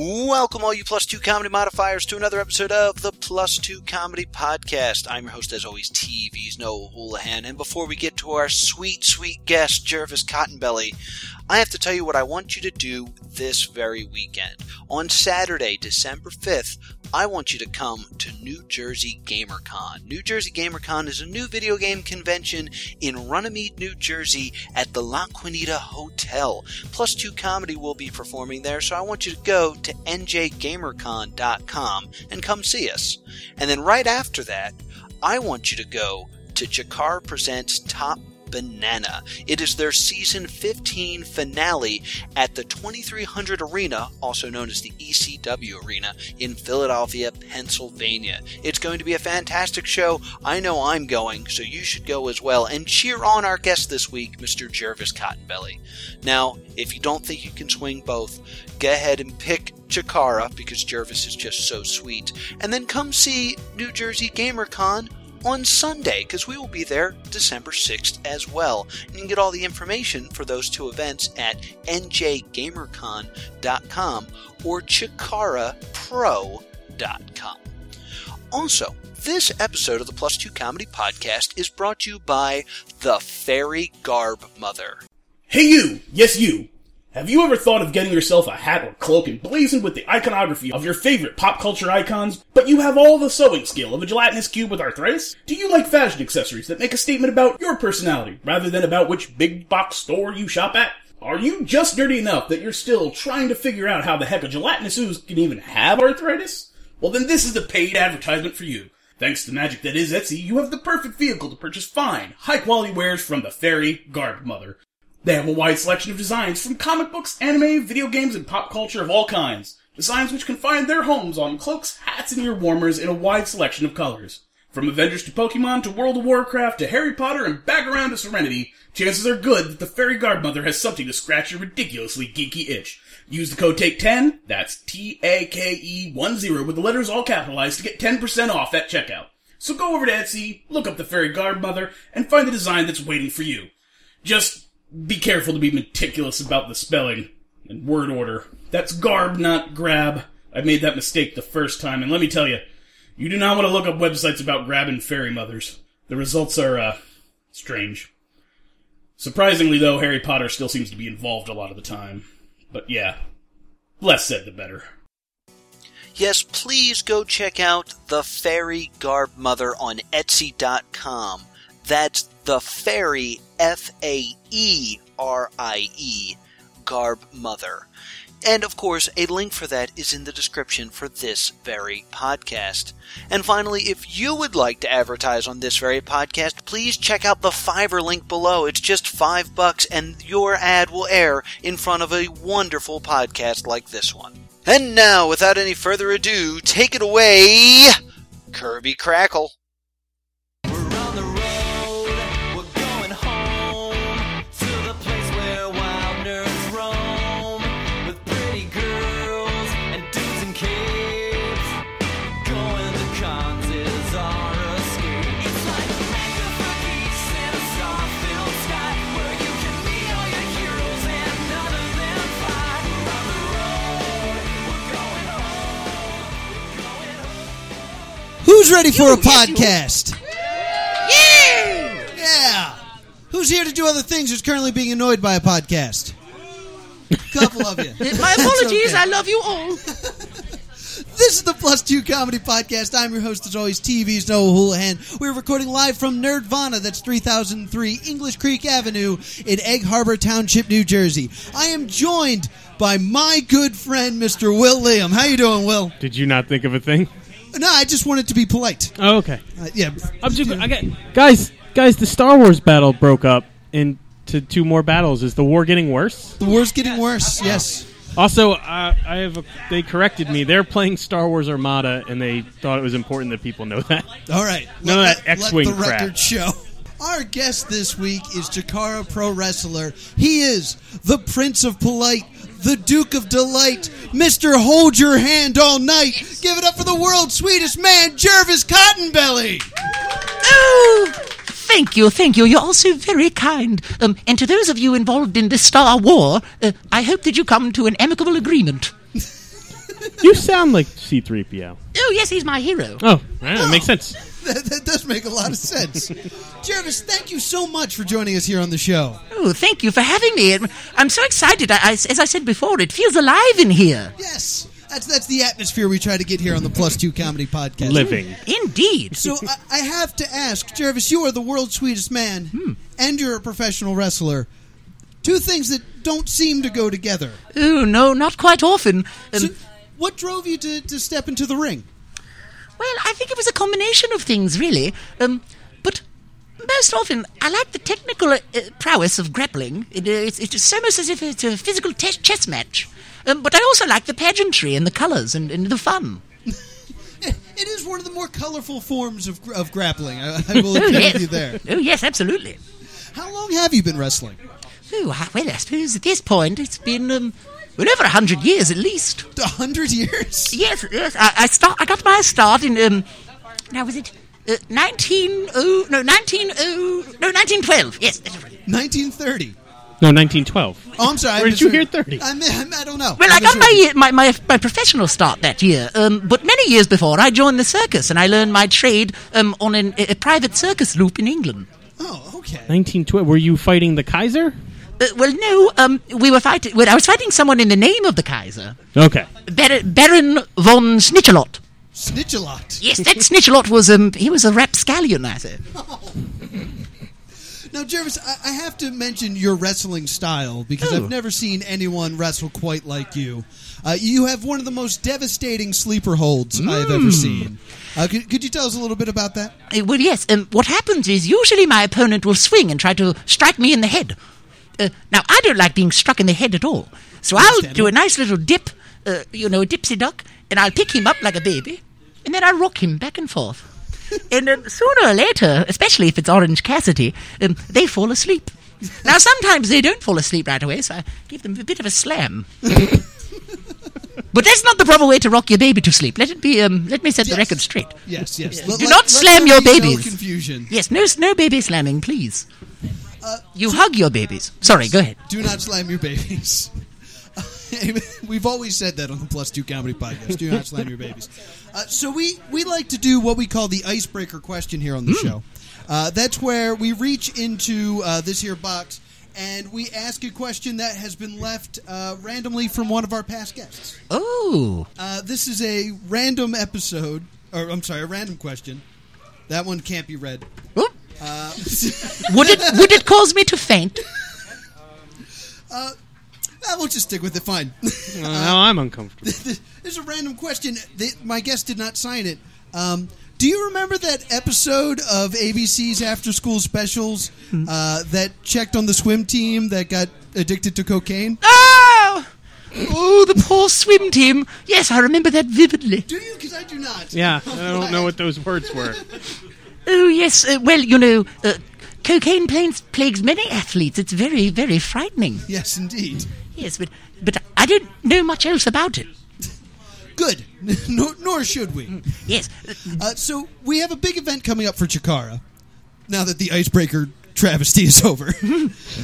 Welcome, all you plus two comedy modifiers, to another episode of the Plus Two Comedy Podcast. I'm your host, as always, TV's Noah Houlihan. And before we get to our sweet, sweet guest, Jervis Cottonbelly, I have to tell you what I want you to do this very weekend. On Saturday, December 5th, I want you to come to New Jersey GamerCon. New Jersey GamerCon is a new video game convention in Runnymede, New Jersey at the La Quinita Hotel. Plus Two Comedy will be performing there, so I want you to go to njgamercon.com and come see us. And then right after that, I want you to go to Jakar Presents Top Banana. It is their season 15 finale at the 2300 Arena, also known as the ECW Arena, in Philadelphia, Pennsylvania. It's going to be a fantastic show. I know I'm going, so you should go as well and cheer on our guest this week, Mr. Jervis Cottonbelly. Now, if you don't think you can swing both, go ahead and pick Chikara because Jervis is just so sweet, and then come see New Jersey GamerCon on Sunday because we will be there December 6th as well. And you can get all the information for those two events at njgamercon.com or chikarapro.com. Also, this episode of the Plus Two Comedy Podcast is brought to you by the Fairy Garb Mother. Hey you! Yes you! Have you ever thought of getting yourself a hat or cloak emblazoned with the iconography of your favorite pop culture icons, but you have all the sewing skill of a gelatinous cube with arthritis? Do you like fashion accessories that make a statement about your personality rather than about which big box store you shop at? Are you just nerdy enough that you're still trying to figure out how the heck a gelatinous ooze can even have arthritis? Well then this is the paid advertisement for you. Thanks to the magic that is Etsy, you have the perfect vehicle to purchase fine, high quality wares from the fairy garb mother. They have a wide selection of designs from comic books, anime, video games, and pop culture of all kinds. Designs which can find their homes on cloaks, hats, and ear warmers in a wide selection of colors. From Avengers to Pokemon to World of Warcraft to Harry Potter and back around to Serenity, chances are good that the fairy godmother has something to scratch your ridiculously geeky itch. Use the code TAKE10, that's T-A-K-E 10 E with the letters all capitalized to get 10% off at checkout. So go over to Etsy, look up the fairy godmother, and find the design that's waiting for you. Just be careful to be meticulous about the spelling and word order. That's garb, not grab. I made that mistake the first time, and let me tell you, you do not want to look up websites about grabbing fairy mothers. The results are, uh, strange. Surprisingly, though, Harry Potter still seems to be involved a lot of the time. But yeah, less said the better. Yes, please go check out The Fairy Garb Mother on Etsy.com. That's The Fairy, F A E R I E, Garb Mother. And of course, a link for that is in the description for this very podcast. And finally, if you would like to advertise on this very podcast, please check out the Fiverr link below. It's just five bucks, and your ad will air in front of a wonderful podcast like this one. And now, without any further ado, take it away, Kirby Crackle. We're on the road, we're going home to the place where wild nerds roam with pretty girls and dudes in capes. Going to cons is our escape. It's like a mecca for geeks in a star-filled sky where you can meet all your heroes and none of them fly. We're on the road, we're going home, we're going home. Who's ready for a podcast? Yeah! Yeah! Who's here to do other things who's currently being annoyed by a podcast? Couple of you. My apologies. okay. I love you all. This is the Plus Two Comedy Podcast. I'm your host, as always, TV's Noah Houlihan. We're recording live from Nerdvana, that's 3003 English Creek Avenue in Egg Harbor Township, New Jersey. I am joined by my good friend, Mr. Will Liam. How you doing, Will? Did you not think of a thing? No, I just wanted to be polite. Oh, okay. Uh, yeah. I'm just, I got, guys, guys, the Star Wars battle broke up into two more battles. Is the war getting worse? The war's getting worse, yes. Also, I, I have a, they corrected me. They're playing Star Wars Armada, and they thought it was important that people know that. All right. None let of that X-Wing Let the crap. record show. Our guest this week is Jakara Pro Wrestler. He is the Prince of Polite, the Duke of Delight, Mr. Hold Your Hand All Night. Give it up for the world's sweetest man, Jervis Cottonbelly. Oh, thank you, thank you. You're all so very kind. Um, and to those of you involved in this Star War, uh, I hope that you come to an amicable agreement. you sound like C3PO. Oh, yes, he's my hero. Oh, right, that makes sense. that, that does make a lot of sense. Jervis, thank you so much for joining us here on the show. Oh, thank you for having me. I'm- I'm so excited. I, I- as I said before, it feels alive in here. Yes, that's that's the atmosphere we try to get here on the Plus Two Comedy Podcast. Living. Indeed. So I, I have to ask, Jervis, you are the world's sweetest man, and you're a professional wrestler. Two things that don't seem to go together. Oh, no, not quite often. Um, So what drove you to, to step into the ring? Well, I think it was a combination of things, really. Um, but most often, I like the technical uh, uh, prowess of grappling. It, uh, it's, it's almost as if it's a physical te- chess match. Um, but I also like the pageantry and the colours and, and the fun. It, it is one of the more colorful forms of, gr- of grappling. I, I will agree yes. with you there. Oh, yes, absolutely. How long have you been wrestling? Oh, I- well, I suppose at this point, it's been um, well, over 100 years at least. A hundred years? Yes, yes. I, I start. I got my start in um. Now was it uh, nineteen oh no nineteen oh no nineteen twelve? Yes. that's right. 1930. No, 1912. Oh, I'm sorry. I Where did you hear misheard. 30? I, mi- I mi- I don't know. Well, I got my, misheard you. year- my my my professional start that year, um, but many years before, I joined the circus and I learned my trade um, on an, a, a private circus loop in England. Oh, okay. 1912. Were you fighting the Kaiser? Uh, well, no, um, we were fighting. Well, I was fighting someone in the name of the Kaiser, Okay. Bar- Baron von Snitchelot. Snitch a lot. Yes, that Snitchelot was um, he was a rapscallion, I said. Now, Jervis, I, I have to mention your wrestling style because I've never seen anyone wrestle quite like you. Uh, you have one of the most devastating sleeper holds I have Hmm. ever seen. Uh, could, could you tell us a little bit about that? Uh, Well, yes. Um, what happens is usually my opponent will swing and try to strike me in the head. Uh, now, I don't like being struck in the head at all. So I'll do a nice little dip, uh, you know, a dipsy duck, and I'll pick him up like a baby, and then I'll rock him back and forth. and um, sooner or later, especially if it's Orange Cassidy, um, they fall asleep. Now, sometimes they don't fall asleep right away, so I give them a bit of a slam. but that's not the proper way to rock your baby to sleep. Let it be. Um, let me set the Yes. record straight. Yes, yes. Do not slam there your be babies. No confusion. Yes, no, no baby slamming, please. Uh, you hug your babies. Sorry, go ahead. Do not slam your babies. We've always said that on the Plus Two Comedy Podcast. Do not slam your babies. Uh, so we we like to do what we call the icebreaker question here on the show. Uh, that's where we reach into uh, this here box and we ask a question that has been left uh, randomly from one of our past guests. Oh, Uh, this is a random episode, or I'm sorry, a random question. That one can't be read. Oh. Uh, would it would it cause me to faint? Ah, we'll just stick with it. Fine. Well, now I'm uncomfortable. There's a random question. They, my guest did not sign it. Um, do you remember that episode of ABC's After School Specials Hmm. uh, that checked on the swim team that got addicted to cocaine? Oh, oh, the poor swim team. Yes, I remember that vividly. Do you? Because I do not. Yeah, I don't know what those words were. Oh yes, uh, well you know, uh, cocaine plagues, plagues many athletes. It's very very frightening. Yes, indeed. Yes, but but I don't know much else about it. Good. nor, nor should Hmm. we. Yes, uh, Uh, so we have a big event coming up for Chikara. Now that the icebreaker travesty is over,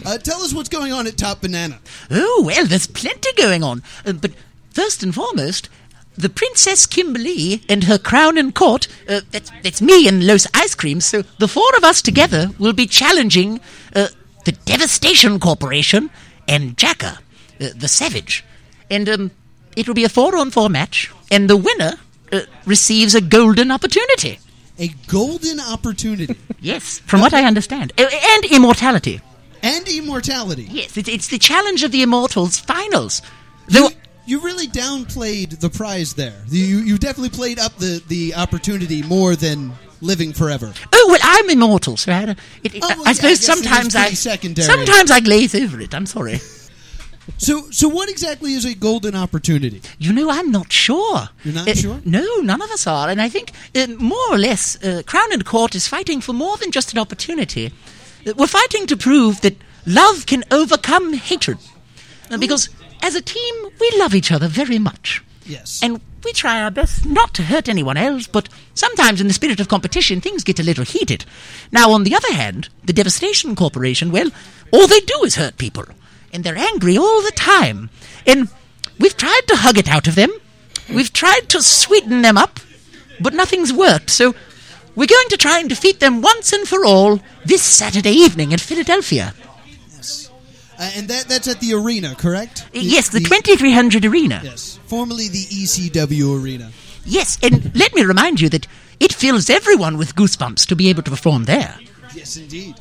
uh, tell us what's going on at Top Banana. Oh, well, there's plenty going on. Uh, but first and foremost, the Princess Kimberly and her crown and court, uh, that's, that's me and Los Ice Cream, so the four of us together will be challenging uh, the Devastation Corporation and Jacker, uh, the Savage. And um, it will be a four on four match, and the winner uh, receives a golden opportunity. A golden opportunity Yes, from what I understand. Oh, and immortality. and immortality. Yes, it, it's the challenge of the Immortals finals. Though You really downplayed the prize there. You you definitely played up the, the opportunity more than living forever. Oh well, I'm immortal, so I, it, it, Oh, well, yeah, I I guess suppose it is sometimes I pretty secondary. sometimes I glaze over it. I'm sorry. So so what exactly is a golden opportunity? You know, I'm not sure. You're not Uh, sure? No, none of us are, and I think uh, more or less, uh, Crown and Court is fighting for more than just an opportunity. Uh, we're fighting to prove that love can overcome hatred, Uh, because as a team we love each other very much. Yes. And we try our best not to hurt anyone else, but sometimes in the spirit of competition, things get a little heated. Now, on the other hand, the Devastation Corporation, well, all they do is hurt people. And they're angry all the time. And we've tried to hug it out of them, We've tried to sweeten them up, but nothing's worked. So we're going to try and defeat them once and for all this Saturday evening in Philadelphia. Uh, and that that's at the arena, correct? yes, the, 2300 Arena. Yes, formerly the ECW arena. Yes, and let me remind you that it fills everyone with goosebumps to be able to perform there. Yes, indeed.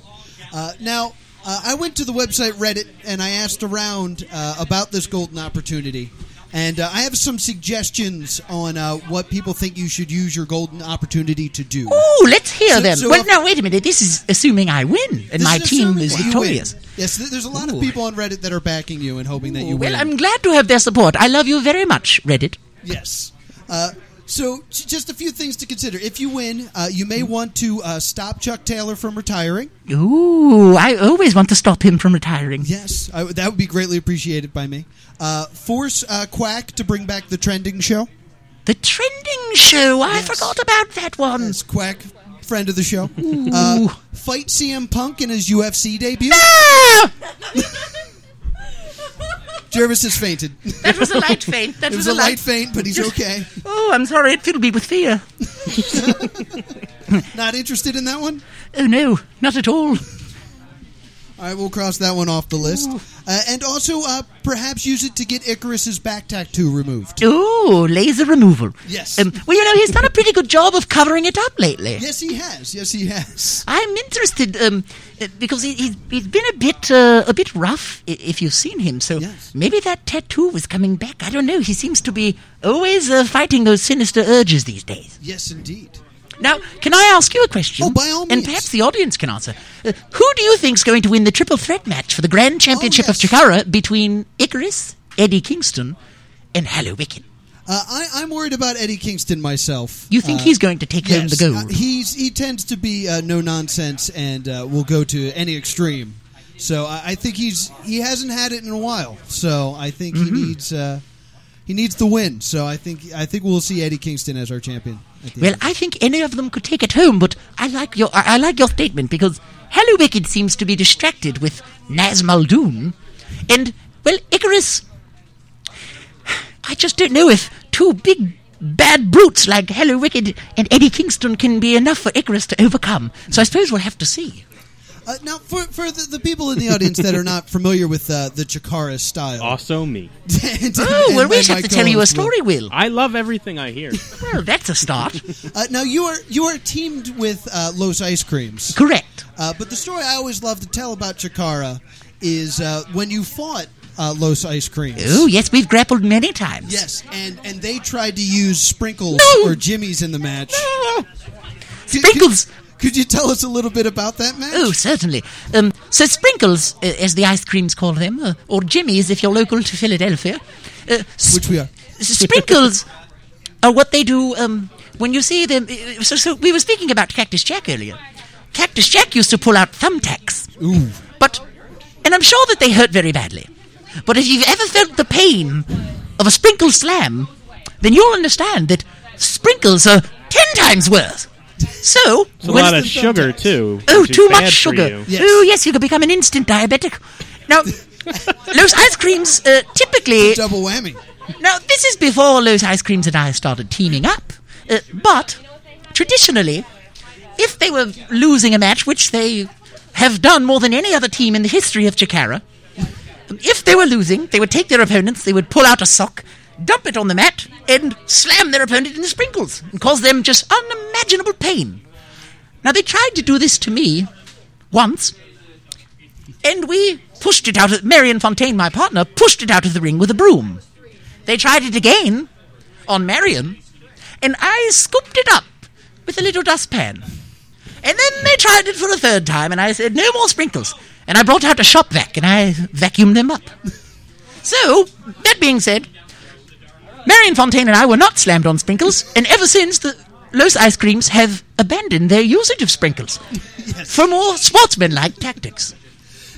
Uh, now, uh, I went to the website Reddit and I asked around uh, about this golden opportunity. And uh, I have some suggestions on uh, what people think you should use your golden opportunity to do. Oh, let's hear So- them. so well, if- no, wait a minute. This is assuming I win and This my is team assuming is that you victorious. win. Yes, th- there's a lot of people on Reddit that are backing you and hoping that you win. Well, I'm glad to have their support. I love you very much, Reddit. Yes. Uh, so, j- just a few things to consider. If you win, uh, you may want to uh, stop Chuck Taylor from retiring. Ooh, I always want to stop him from retiring. Yes, I, that would be greatly appreciated by me. Uh, force uh, Quack to bring back the trending show. The trending show. I Yes. forgot about that one. Yes, Quack, friend of the show. Uh, fight CM Punk in his UFC debut. Ah! Jervis has fainted. That was a light feint. That it was a light faint, but he's okay. Oh, I'm sorry. It filled me with fear. Not interested in that one? Oh no, not at all. All right, we'll cross that one off the list. Uh, and also, uh, perhaps use it to get Icarus's back tattoo removed. Oh, laser removal. Yes. Um, well, you know, he's done a pretty good job of covering it up lately. Yes, he has. Yes, he has. I'm interested um, uh, because he, he's, he's been a bit uh, a bit rough, i- if you've seen him. So Yes. maybe that tattoo was coming back. I don't know. He seems to be always uh, fighting those sinister urges these days. Yes, indeed. Now, can I ask you a question? Oh, by all And means. perhaps the audience can answer. Uh, who do you think's going to win the triple threat match for the Grand Championship Oh, yes. of Chikara between Icarus, Eddie Kingston, and Hallow Wiccan? Uh, I, I'm worried about Eddie Kingston myself. You think Uh, he's going to take home the Yes, gold? uh, he's he tends to be uh, no nonsense and uh, will go to any extreme. So I, I think he's he hasn't had it in a while. So I think Mm-hmm. he needs uh, he needs the win. So I think I think we'll see Eddie Kingston as our champion. At the Well, end. I think any of them could take it home, but I like your I, I like your statement because Hello Wicked seems to be distracted with Naz Muldoon, and well, Icarus. I just don't know if two big bad brutes like Hello Wicked and Eddie Kingston can be enough for Icarus to overcome. So I suppose we'll have to see. uh, now for for the, the people in the audience that are not familiar with uh, the Chikara style. Also me. and- Oh and well, we my- shall have my to tell you a co-host will- story, Will. I love everything I hear. Well, that's a start. Uh, now you are you are teamed with uh, Los Ice Creams. Correct. Uh, but the story I always love to tell about Chikara is uh, when you fought uh, Los Ice Creams. Oh yes, we've grappled many times. Yes, and, and they tried to use sprinkles No! or jimmies in the match. Oh, Could- Sprinkles. Could, could you tell us a little bit about that match? Oh, certainly. Um, so sprinkles, uh, as the ice creams call them, uh, or jimmies if you're local to Philadelphia. Uh, s- Which we are. s- sprinkles are what they do um, when you see them. uh, So, so we were speaking about Cactus Jack earlier. Cactus Jack used to pull out thumbtacks. Ooh. But, and I'm sure that they hurt very badly. But if you've ever felt the pain of a sprinkle slam, then you'll understand that sprinkles are ten times worse. So, It's a when- lot of sugar too. Oh, which is too bad much for sugar. you. Yes. Oh, yes, you could become an instant diabetic. Now, Los Ice Creams uh, typically. Double whammy. Now, this is before Los Ice Creams and I started teaming up. Uh, but traditionally, if they were losing a match, which they have done more than any other team in the history of Chikara, um, if they were losing, they would take their opponents, they would pull out a sock, dump it on the mat, and slam their opponent in the sprinkles and cause them just unimaginable pain. Now, they tried to do this to me once, and we pushed it out of Marion Fontaine, my partner, pushed it out of the ring with a broom. They tried it again on Marion, and I scooped it up with a little dustpan. And then they tried it for a third time, and I said, no more sprinkles. And I brought out a shop vac, and I vacuumed them up. So, that being said, Marion Fontaine and I were not slammed on sprinkles, and ever since, the Los Ice Creams have abandoned their usage of sprinkles for more sportsmanlike tactics.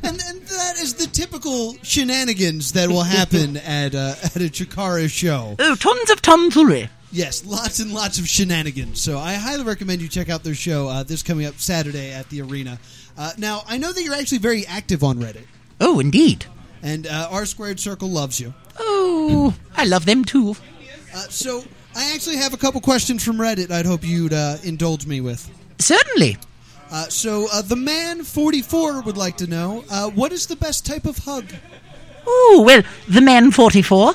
And, and that is the typical shenanigans that will happen at, uh, at a Chikara show. Oh, tons of tomfoolery. Yes, lots and lots of shenanigans. So I highly recommend you check out their show uh, this coming up Saturday at the arena. Uh, now, I know that you're actually very active on Reddit. Oh, indeed. and uh, R Squared Circle loves you. Oh, I love them too. Uh, so I actually have a couple questions from Reddit. I'd hope you'd uh, indulge me with. Certainly. Uh, so uh, the man forty four would like to know uh, what is the best type of hug. Oh, well, the man 44.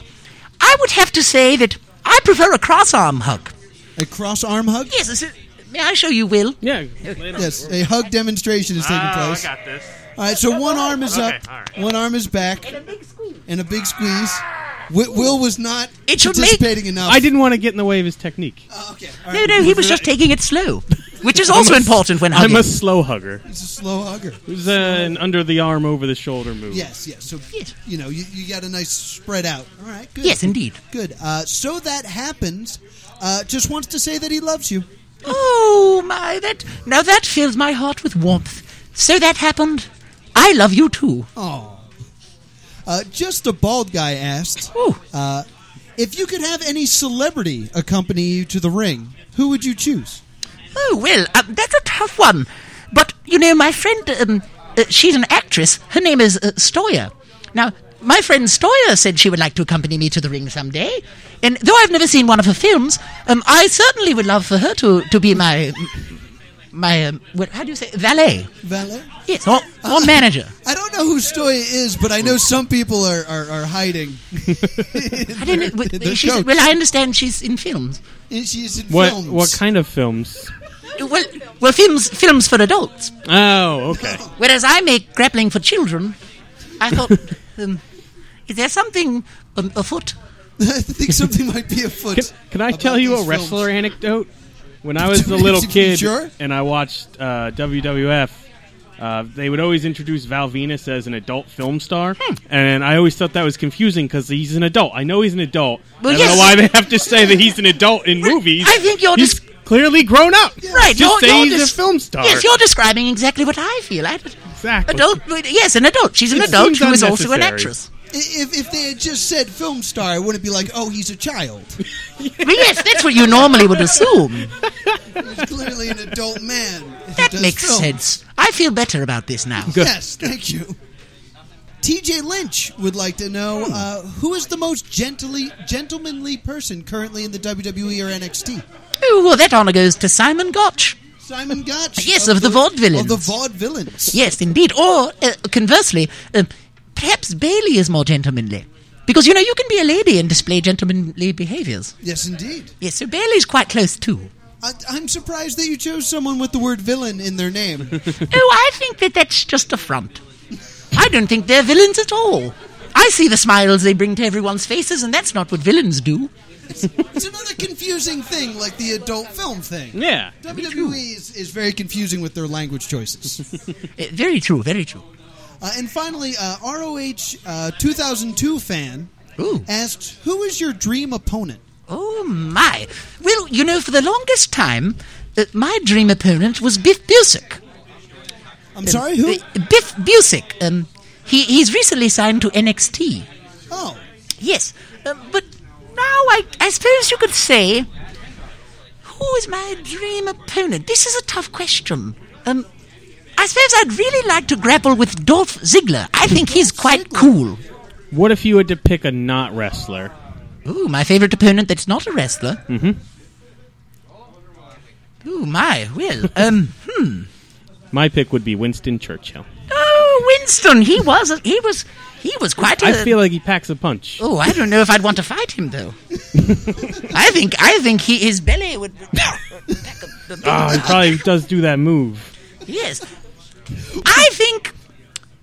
I would have to say that I prefer a cross arm hug. A cross arm hug? Yes, this is- may I show you, Will? Yeah. Yes, a hug demonstration is taking Oh, I place. got this. All right, so one arm is Okay, up, all right. one arm is back, and a big squeeze. Wi- Will was not It should make- participating enough. I didn't want to get in the way of his technique. Oh, okay, all No, right. no, he was just taking it slow, which is also important when hugging. I'm a slow hugger. He's a slow hugger. It was uh, an under the arm, over the shoulder move. Yes, yes. So Yes. you know, you, you got a nice spread out. All right, good. Yes, indeed. Good. Uh, so that happens. Uh, just wants to say that he loves you. Oh, my, that. Now that fills my heart with warmth. So that happened. I love you too. Oh. Uh, just a bald guy asked Oh, uh, if you could have any celebrity accompany you to the ring. Who would you choose? oh well, um, that's a tough one. But, you know, my friend, um, uh, she's an actress. Her name is uh, Stoyer. Now, my friend Stoyer said she would like to accompany me to the ring someday. And though I've never seen one of her films, um, I certainly would love for her to, to be my. My, um, what, how do you say, valet? Valet. Yes, or, or manager. I don't know who Stoya is, but I know some people are, are, are hiding. I don't know. w- The she's- coach. well, I understand she's in films. And she's in What films. what kind of films? Well, well, films films for adults. Oh, okay. Whereas I make grappling for children. I thought, um, is there something um, afoot? I think something might be afoot. Can, can I about tell you these a wrestler films. anecdote? When I was a little kid Sure. and I watched uh, WWF, uh, they would always introduce Val Venus as an adult film star, Hmm. and I always thought that was confusing because he's an adult. I know he's an adult. Well, I don't yes. know why they have to say that he's an adult in movies. I think you're he's just- clearly grown up. Right, Just you're- say you're he's just- a film star. Yes, you're describing exactly what I feel. I, exactly. adult, yes, an adult. She's an It adult seems who is also an unnecessary. actress. If, if they had just said film star, it wouldn't be like, oh, he's a child. Well, yes, that's what you normally would assume. He's clearly an adult man. who That does makes film. sense. I feel better about this now. Yes, thank you. TJ Lynch would like to know Hmm. uh, who is the most gently, gentlemanly person currently in the WWE or NXT? Oh, well, that honor goes to Simon Gotch. Simon Gotch. Yes, of the vaudevillains. Of the vaudevillains. Yes, indeed. Or uh, conversely, uh, perhaps Bailey is more gentlemanly. Because, you know, you can be a lady and display gentlemanly behaviors. Yes, indeed. Yes, so Bailey's quite close too. I, I'm surprised that you chose someone with the word villain in their name. oh, I think that that's just a front. I don't think they're villains at all. I see the smiles they bring to everyone's faces, and that's not what villains do. it's another confusing thing, like the adult film thing. yeah. WWE is, is very confusing with their language choices. Uh, very true, very true. uh, and finally, uh, ROH uh, 2002 fan Ooh. asks, "Who is your dream opponent?" Oh, my. Well, you know, for the longest time, uh, my dream opponent was Biff Busick. I'm sorry, who? Uh, Biff Busick. Um, he, he's recently signed to NXT. oh, Yes, uh, but now I, I suppose you could say, who is my dream opponent? This is a tough question. Um, I suppose I'd really like to grapple with Dolph Ziggler. I think he's quite cool. What if you had to pick a not wrestler? Ooh, my favorite opponent that's not a wrestler. Mm-hmm. Ooh, my, well, um, My pick would be Winston Churchill. oh, Winston, he was, a, he was, he was quite a... I feel like he packs a punch. Oh, I don't know if I'd want to fight him though. I think I think he his belly would. Ah, he probably does do that move. Yes. I think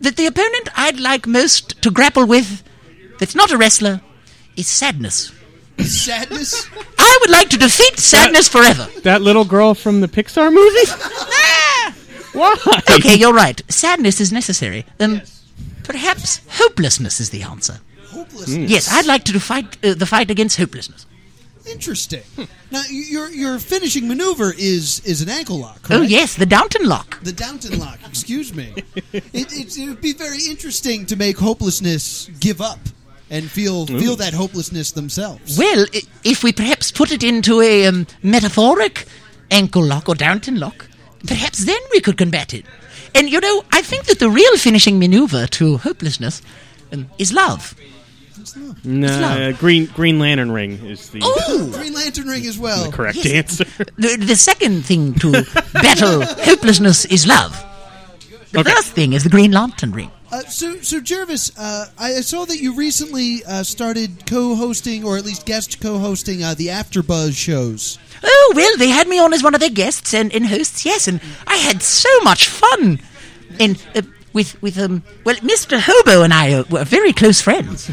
that the opponent I'd like most to grapple with that's not a wrestler is sadness. sadness. I would like to defeat sadness forever. That little girl from the Pixar movie? Ah! Why? okay, you're right. Sadness is necessary. Um, Perhaps hopelessness is the answer. Hopelessness. Yes, I'd like to fight uh, the fight against hopelessness. Interesting. Now, y- your your finishing maneuver is is an ankle lock. Oh, correct? yes, the Downton Lock. The Downton Lock, excuse me. It, it, it would be very interesting to make hopelessness give up and feel feel that hopelessness themselves. Well, i- if we perhaps put it into a um, metaphoric ankle lock or Downton lock, perhaps then we could combat it. And you know, I think that the real finishing maneuver to hopelessness um, is love. It's not. No, love. uh, green Green Lantern ring is the Oh, Green Lantern ring as well. correct Yes. answer. the, the second thing to battle hopelessness is love. The Okay. first thing is the Green Lantern ring. Uh, so, so Jervis, uh, I I saw that you recently uh, started co-hosting, or at least guest co-hosting, uh, the AfterBuzz shows. Oh, well, they had me on as one of their guests and, and hosts, yes, and I had so much fun. And uh, with, with, um, well, Mr. Hobo and I uh, were very close friends.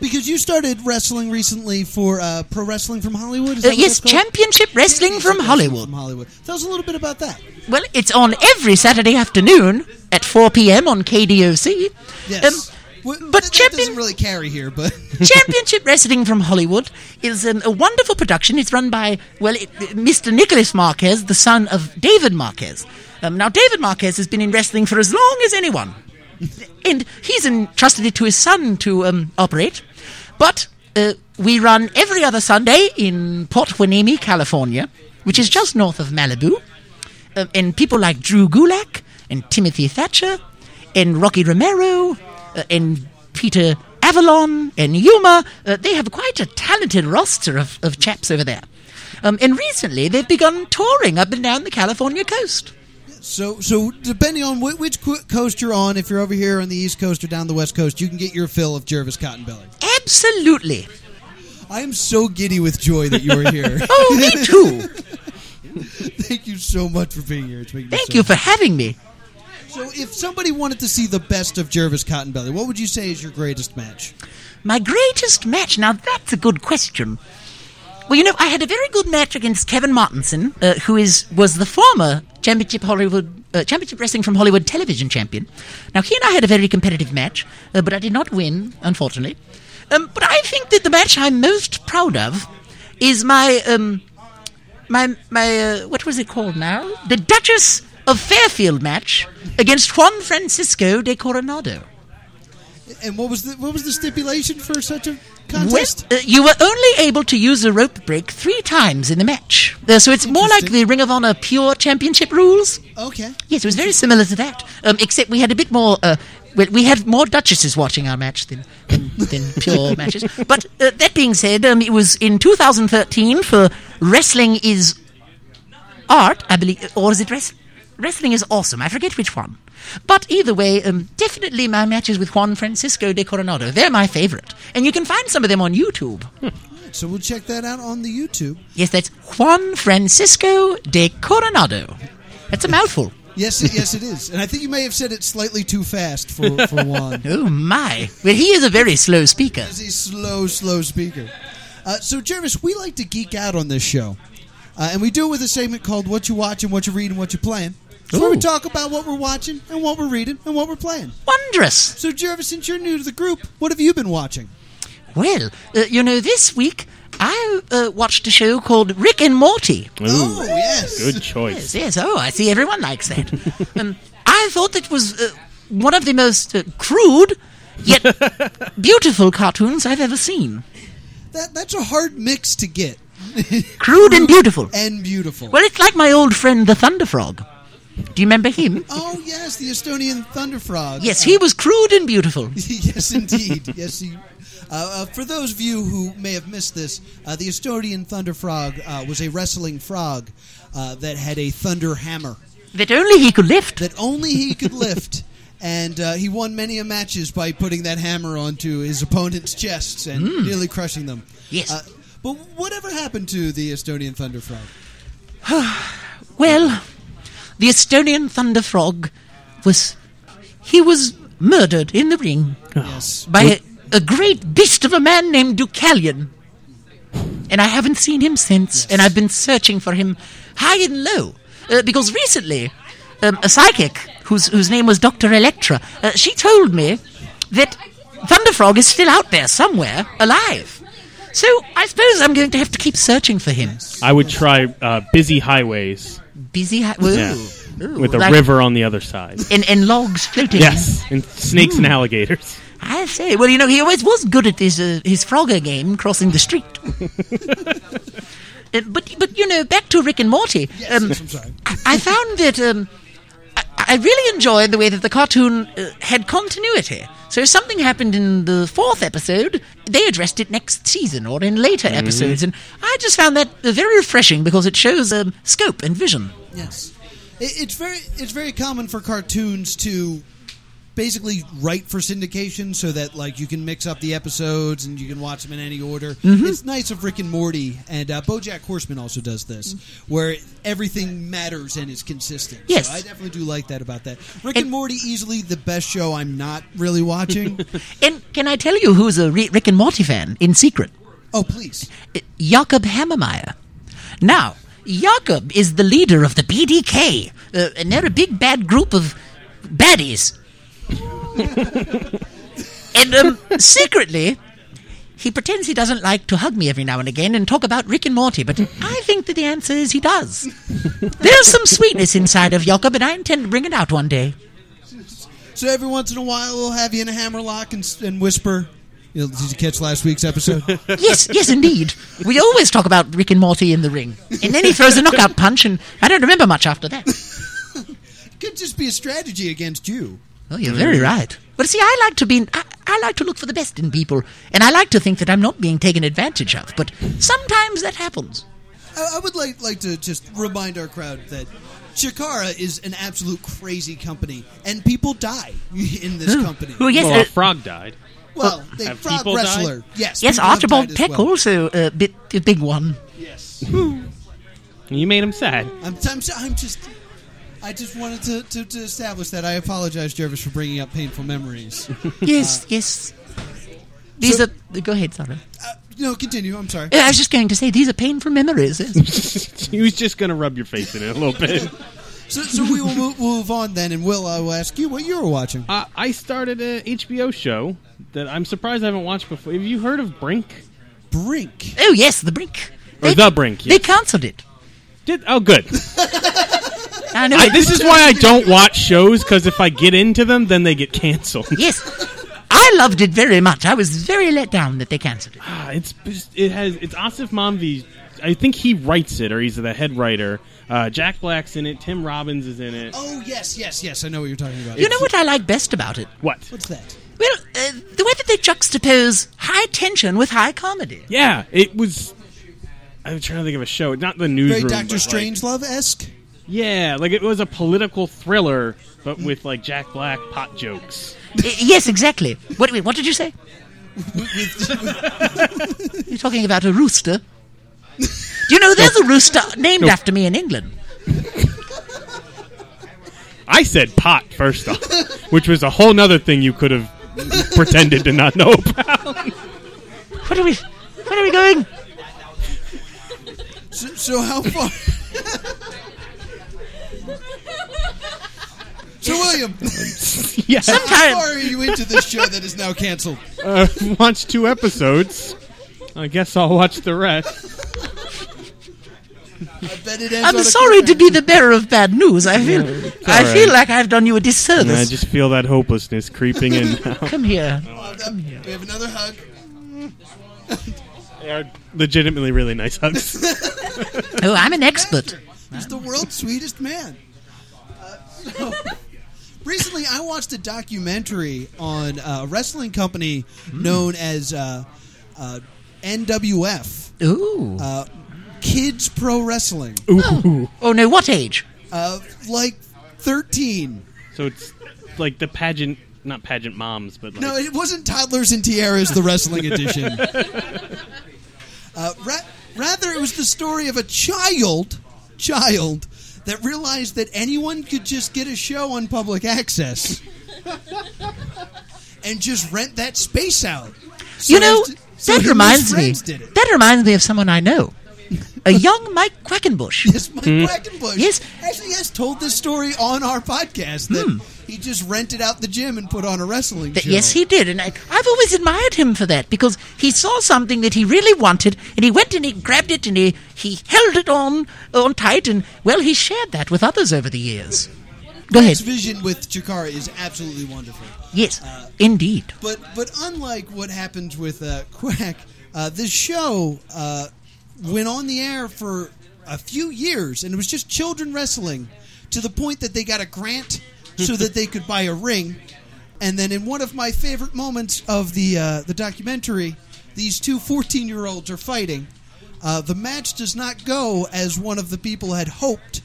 Because you started wrestling recently for uh, Pro Wrestling from Hollywood. Is Uh, that what yes, that's called? Championship Wrestling from From Hollywood. Hollywood. Tell us a little bit about that. Well, it's on every Saturday afternoon at 4 p.m. on KDOC. Yes. Um, W- but that, that champion- doesn't really carry here, but Championship Wrestling from Hollywood is um, a wonderful production. It's run by, well, it, Mr. Nicholas Marquez, the son of David Marquez. Um, now, David Marquez has been in wrestling for as long as anyone, and he's entrusted it to his son to um, operate. But uh, we run every other Sunday in Port Hueneme, California, which is just north of Malibu. Um, and people like Drew Gulak and Timothy Thatcher and Rocky Romero uh, and Peter Avalon and Yuma. Uh, they have quite a talented roster of, of chaps over there. Um, and recently they've begun touring up and down the California coast. So, so depending on which, which co- coast you're on, if you're over here on the East Coast or down the West Coast, you can get your fill of Jervis Cotton Belly. Absolutely. I am so giddy with joy that you are here. Oh, me too. Thank you so much for being here. It's making me Thank so you for having me. So, if somebody wanted to see the best of Jervis Cotton Belly, what would you say is your greatest match? My greatest match. Now that's a good question. Well, you know, I had a very good match against Kevin Martinson, uh, who is was the former championship Hollywood uh, championship wrestling from Hollywood television champion. Now he and I had a very competitive match, uh, but I did not win, unfortunately. Um, but I think that the match I'm most proud of is my um, my my uh, what was it called now? The Duchess of Fairfield match against Juan Francisco de Coronado. And what was the what was the stipulation for such a Well, contest? uh, you were only able to use a rope break three times in the match. Uh, so it's more like Interesting. the Ring of Honor pure championship rules. okay, Yes, it was very similar to that, um, except we had a bit more. Uh, well, we had more duchesses watching our match than than, than pure matches. But uh, that being said, um, it was in 2013 for Wrestling is Art, I believe, uh, or is it wrestling? Wrestling is awesome. I forget which one. But either way, um, definitely my matches with Juan Francisco de Coronado. They're my favorite. And you can find some of them on YouTube. so we'll check that out on the YouTube. Yes, that's Juan Francisco de Coronado. That's a mouthful. Yes, it, yes, it is. And I think you may have said it slightly too fast for for Juan. Oh my. Well, he is a very slow speaker. is a slow, slow speaker. Uh, so, Jervis, we like to geek out on this show, uh, and we do it with a segment called "What You Watch and What You Read and What You Playing." So where we Ooh. talk about what we're watching and what we're reading and what we're playing. Wondrous. So, Jervis, since you're new to the group, what have you been watching? Well, uh, you know, this week I uh, watched a show called Rick and Morty. oh, yes, Good choice. Yes, yes. Oh, I see. Everyone likes that. um, I thought that was uh, one of the most uh, crude yet beautiful cartoons I've ever seen. That, that's a hard mix to get Crude and beautiful. and beautiful. Well, it's like my old friend the Thunder Frog. Do you remember him? Oh yes, the Estonian thunder frog. Yes, he was crude and beautiful. yes, indeed. Yes, he. Uh, uh, for those of you who may have missed this, uh, the Estonian thunder frog uh, was a wrestling frog uh, that had a thunder hammer That only he could lift. that only he could lift, and uh, he won many a matches by putting that hammer onto his opponent's chests and nearly crushing them. Hmm. Yes. Uh, but whatever happened to the Estonian thunder frog? Well, the Estonian Thunder Frog was. He was murdered in the ring Yes. by a, a great beast of a man named Deucalion. And I haven't seen him since, and I've been searching for him high and low. Uh, because recently, um, a psychic whose, whose name was Dr. Electra, uh, she told me that Thunderfrog is still out there somewhere, alive. So I suppose I'm going to have to keep searching for him. I would try uh, busy highways Busy, hi- woo, Yeah. ooh, with a like- river on the other side. and, and logs floating. Yes, and snakes and alligators. I say. Well, you know, he always was good at his uh, his Frogger game, crossing the street. Uh, but but you know, back to Rick and Morty. Yes, um, yes, I'm sorry. I found that um, I, I really enjoyed the way that the cartoon uh, had continuity. So if something happened in the fourth episode, they addressed it next season or in later episodes, and I just found that uh, very refreshing because it shows um, scope and vision. Yes, it, it's very it's very common for cartoons to basically write for syndication so that like you can mix up the episodes and you can watch them in any order. It's nice of Rick and Morty and uh, BoJack Horseman also does this, where everything matters and is consistent. So Yes. I definitely do like that about that. Rick and, Morty easily the best show I'm not really watching. And can I tell you who's a Re- Rick and Morty fan in secret? oh please, Uh, Jakob Hammermeyer. Now, Jakob is the leader of the BDK, uh, and they're a big bad group of baddies. and um, secretly, he pretends he doesn't like to hug me every now and again and talk about Rick and Morty, but I think that the answer is he does. There's some sweetness inside of Jakob, and I intend to bring it out one day. so every once in a while we'll have you in a hammerlock and, s- and whisper. You know, did you catch last week's episode? Yes, yes, indeed. We always talk about Rick and Morty in the ring. And then he throws a knockout punch, and I don't remember much after that. Could just be a strategy against you. Oh, you're very right. But see, I like to be. I, I like to look for the best in people, and I like to think that I'm not being taken advantage of. But sometimes that happens. I, I would like like to just remind our crowd that Chikara is an absolute crazy company, and people die in this company. Well, yes, Well, a uh, frog died. Well, they Have frog people died? wrestler. Yes, yes, people have Archibald died as Peck well. also a bit a big one. You made him sad. I'm, I'm, so- I'm just. I just wanted to, to, to establish that. I apologize, Jervis, for bringing up painful memories. Uh, Yes, yes. These so- are. Go ahead, Sarah. Uh, no, continue. I'm sorry. Uh, I was just going to say these are painful memories. yes. He was just going to rub your face in it a little bit. So, so we will move, move on then, and Will, I will ask you what you were watching. Uh, I started a HBO show that I'm surprised I haven't watched before. Have you heard of Brink? Brink. oh yes, the brink. Or Oh, The Brink, They yes. cancelled it. Did oh good. I know. I, this is why I don't watch shows because if I get into them, then they get canceled. yes. I loved it very much. I was very let down that they cancelled it. Ah, it's it has it's Asif Mamvi. I think he writes it or he's the head writer. Uh, Jack Black's in it. Tim Robbins is in it. Oh yes, yes, yes. I know what you're talking about. You know what I like best about it? What? What's that? Well, uh, the way that they juxtapose high tension with high comedy. Yeah, it was. I'm trying to think of a show. Not the newsroom. Very but, Doctor like- Strangelove esque. yeah, like it was a political thriller, but with like Jack Black pot jokes. Uh, yes, exactly. What, wait, what did you say? You're talking about a rooster. Do you know there's a rooster named after me in England? I said pot first off, which was a whole nother thing you could have pretended to not know about. What are we? Where are we going? So, so how far? so William, Yeah, how Sometimes far are you into this show that is now canceled? uh, watched two episodes. I guess I'll watch the rest. I bet it ends. I'm on a sorry to cliffhanger. be the bearer of bad news. I feel, I all feel right. like I've done you a And I disservice. just feel that hopelessness creeping in now. Come here. Oh, that- we have another hug. They are legitimately really nice hugs. Oh, I'm an expert. He's the world's sweetest man. Uh, so- recently, I watched a documentary on uh, a wrestling company known as uh, uh, NWF, Ooh. uh, Kids Pro Wrestling, oh no, what age? uh, like 13. so it's like the pageant, not pageant moms, but like, No, it wasn't Toddlers and Tiaras, the wrestling edition. Uh, ra- rather, it was the story of a child, child, that realized that anyone could just get a show on public access and just rent that space out. So you know, as to- so that him and his reminds me. friends Did it. That reminds me of someone I know, a young Mike Quackenbush. Yes, Mike Quackenbush Mm-hmm. Yes. Hmm. actually has told this story on our podcast that he just rented out the gym and put on a wrestling That- show. yes, he did, and I, I've always admired him for that because he saw something that he really wanted, and he went and he grabbed it and he, he held it on on tight, and well, he shared that with others over the years. Go ahead. His vision with Chikara is absolutely wonderful. Yes, indeed. But but unlike what happens with uh, Quack, uh, this show uh, went on the air for a few years, and it was just children wrestling to the point that they got a grant so that they could buy a ring. And then in one of my favorite moments of the uh, the documentary, these two 14 year olds are fighting. Uh, the match does not go as one of the people had hoped.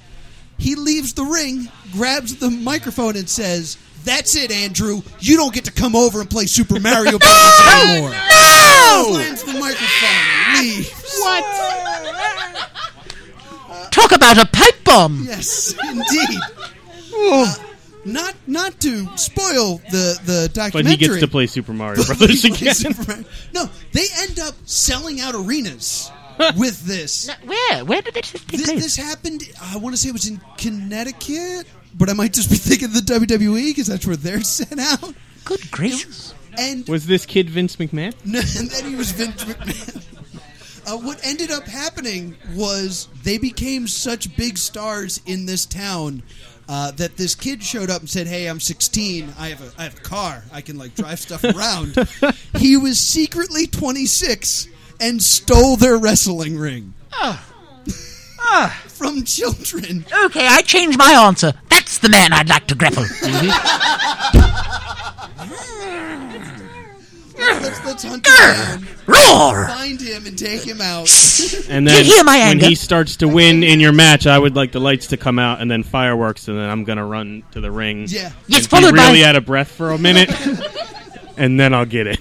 He leaves the ring, grabs the microphone, and says, "That's it, Andrew. You don't get to come over and play Super Mario Brothers anymore." Slams the microphone, leaves. Talk about a pipe bomb. Yes, indeed. Uh, not not to spoil the the But documentary. he gets to play Super Mario Brothers again. Superman. No, they end up selling out arenas with this. Where? Where did this take This, place? this happened. I want to say it was in Connecticut, but I might just be thinking of the WWE because that's where they're sent out. Good gracious. And Was this kid Vince McMahon? No, and then he was Vince McMahon. Uh, what ended up happening was they became such big stars in this town uh, that this kid showed up and said, "Hey, I'm 16. I have a I have a car. I can like drive stuff around." he was secretly 26 and stole their wrestling ring. From children. Okay, I change my answer. That's the man I'd like to grapple. Mm-hmm. Let's, let's hunt him down, Roar! find him, and take him out. And then hear my when anger? he starts to win in your match, I would like the lights to come out and then fireworks, and then I'm gonna run to the ring. Yeah. and Yes, be followed really by out of breath for a minute, and then I'll get it.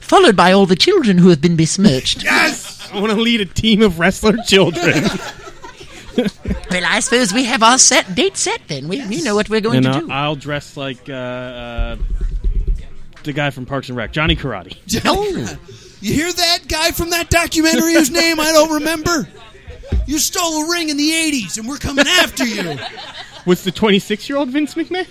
followed by all the children who have been besmirched. Yes, I want to lead a team of wrestler children. well, I suppose we have our set date set then. We, we know what we're going and to uh, do. I'll dress like uh, uh, the guy from Parks and Rec, Johnny Karate. oh, You hear that guy from that documentary whose name I don't remember? You stole a ring in the 80s and we're coming after you. Was the 26 year old Vince McMahon?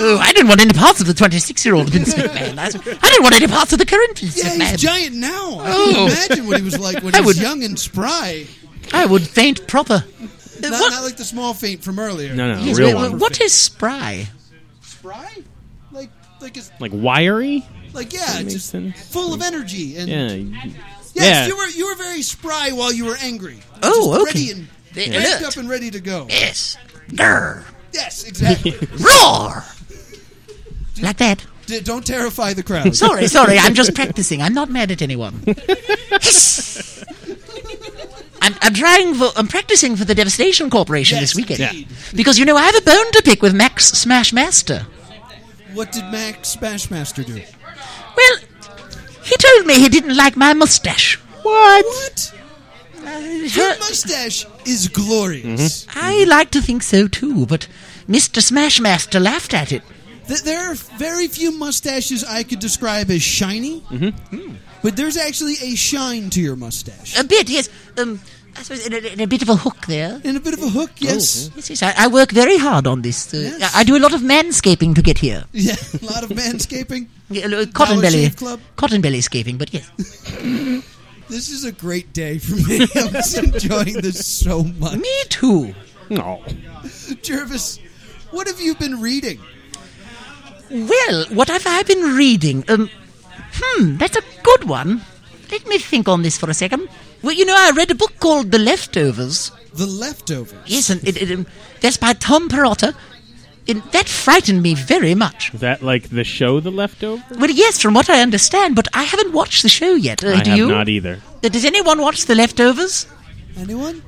oh, I didn't want any parts of the 26-year-old Vince McMahon. I, I didn't want any parts of the current Vince Yeah, McMahon. he's giant now. I can imagine what he was like when Oh. I he was would- young and spry. I would faint proper. Uh, Not, what- not like the small faint from earlier. No, no, yes, real wait, one. what is spry? Spry? Like, like, it's, Like wiry? like yeah, makes just sense. full of energy. And Yeah. Yes, Yeah. you were you were very spry while you were angry. Oh, Just okay. Ready and They- ramped alert. up and ready to go. Yes. Grr. Yes, exactly. Roar! Like that. D- don't terrify the crowd. Sorry, sorry. I'm just practicing. I'm not mad at anyone. Hiss. I'm, I'm trying for. I'm practicing for the Devastation Corporation Yes, this weekend indeed. because you know I have a bone to pick with Max Smashmaster. What did Max Smashmaster do? Well, he told me he didn't like my mustache. What? Uh, Your her- mustache is glorious. I like to think so too, but Mr. Smashmaster laughed at it. Th- there are very few mustaches I could describe as shiny, Hmm. but there's actually a shine to your mustache. A bit, yes. Um, I suppose in a, in a bit of a hook there. And a bit of a hook, yes. Yes, yes. I, I work very hard on this. Uh, Yes. I, I do a lot of manscaping to get here. Yeah, a lot of manscaping. Yeah, uh, Cotton Dollar belly, Shave Club. cotton belly scaping, but yes. This is a great day for me. I'm just enjoying this so much. Me too. No. Jervis, what have you been reading? Well, what have I been reading? Um, hmm, that's a good one. Let me think on this for a second. Well, you know, I read a book called The Leftovers. The leftovers. Yes, and it, it, um, that's by Tom Perotta. And that frightened me very much. Is that like the show The Leftover? Well, yes, from what I understand, but I haven't watched the show yet. Uh, I do have you? not e- either. Uh, Does anyone watch The Leftovers? Anyone?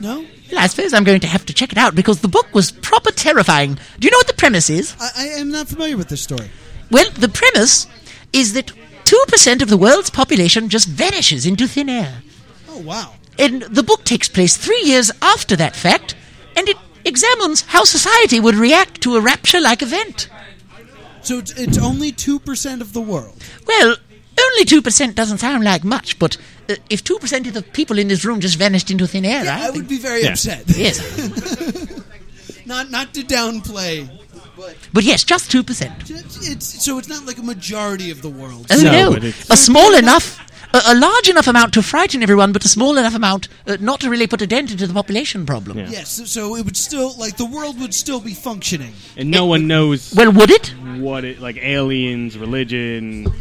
No? Well, I suppose I'm going to have to check it out because the book was proper terrifying. Do you know what the premise is? I, I am not familiar with this story. Well, the premise is that 2% of the world's population just vanishes into thin air. Oh, wow. And the book takes place three years after that fact, and it examines how society would react to a rapture like event. So it's, it's only 2% of the world. Well, only 2% doesn't sound like much, but uh, if 2% of the people in this room just vanished into thin air, Yeah, I I, would think- be very Yeah. upset. Yes, Not not to downplay. but yes, just 2%. It's so it's not like a majority of the world. Oh, No, no. but it's- A small enough. A, a large enough amount to frighten everyone, but a small enough amount uh, not to really put a dent into the population problem. Yeah. Yes, so- so it would still like the world would still be functioning. And no one knows Well, would it? what it like aliens, religion,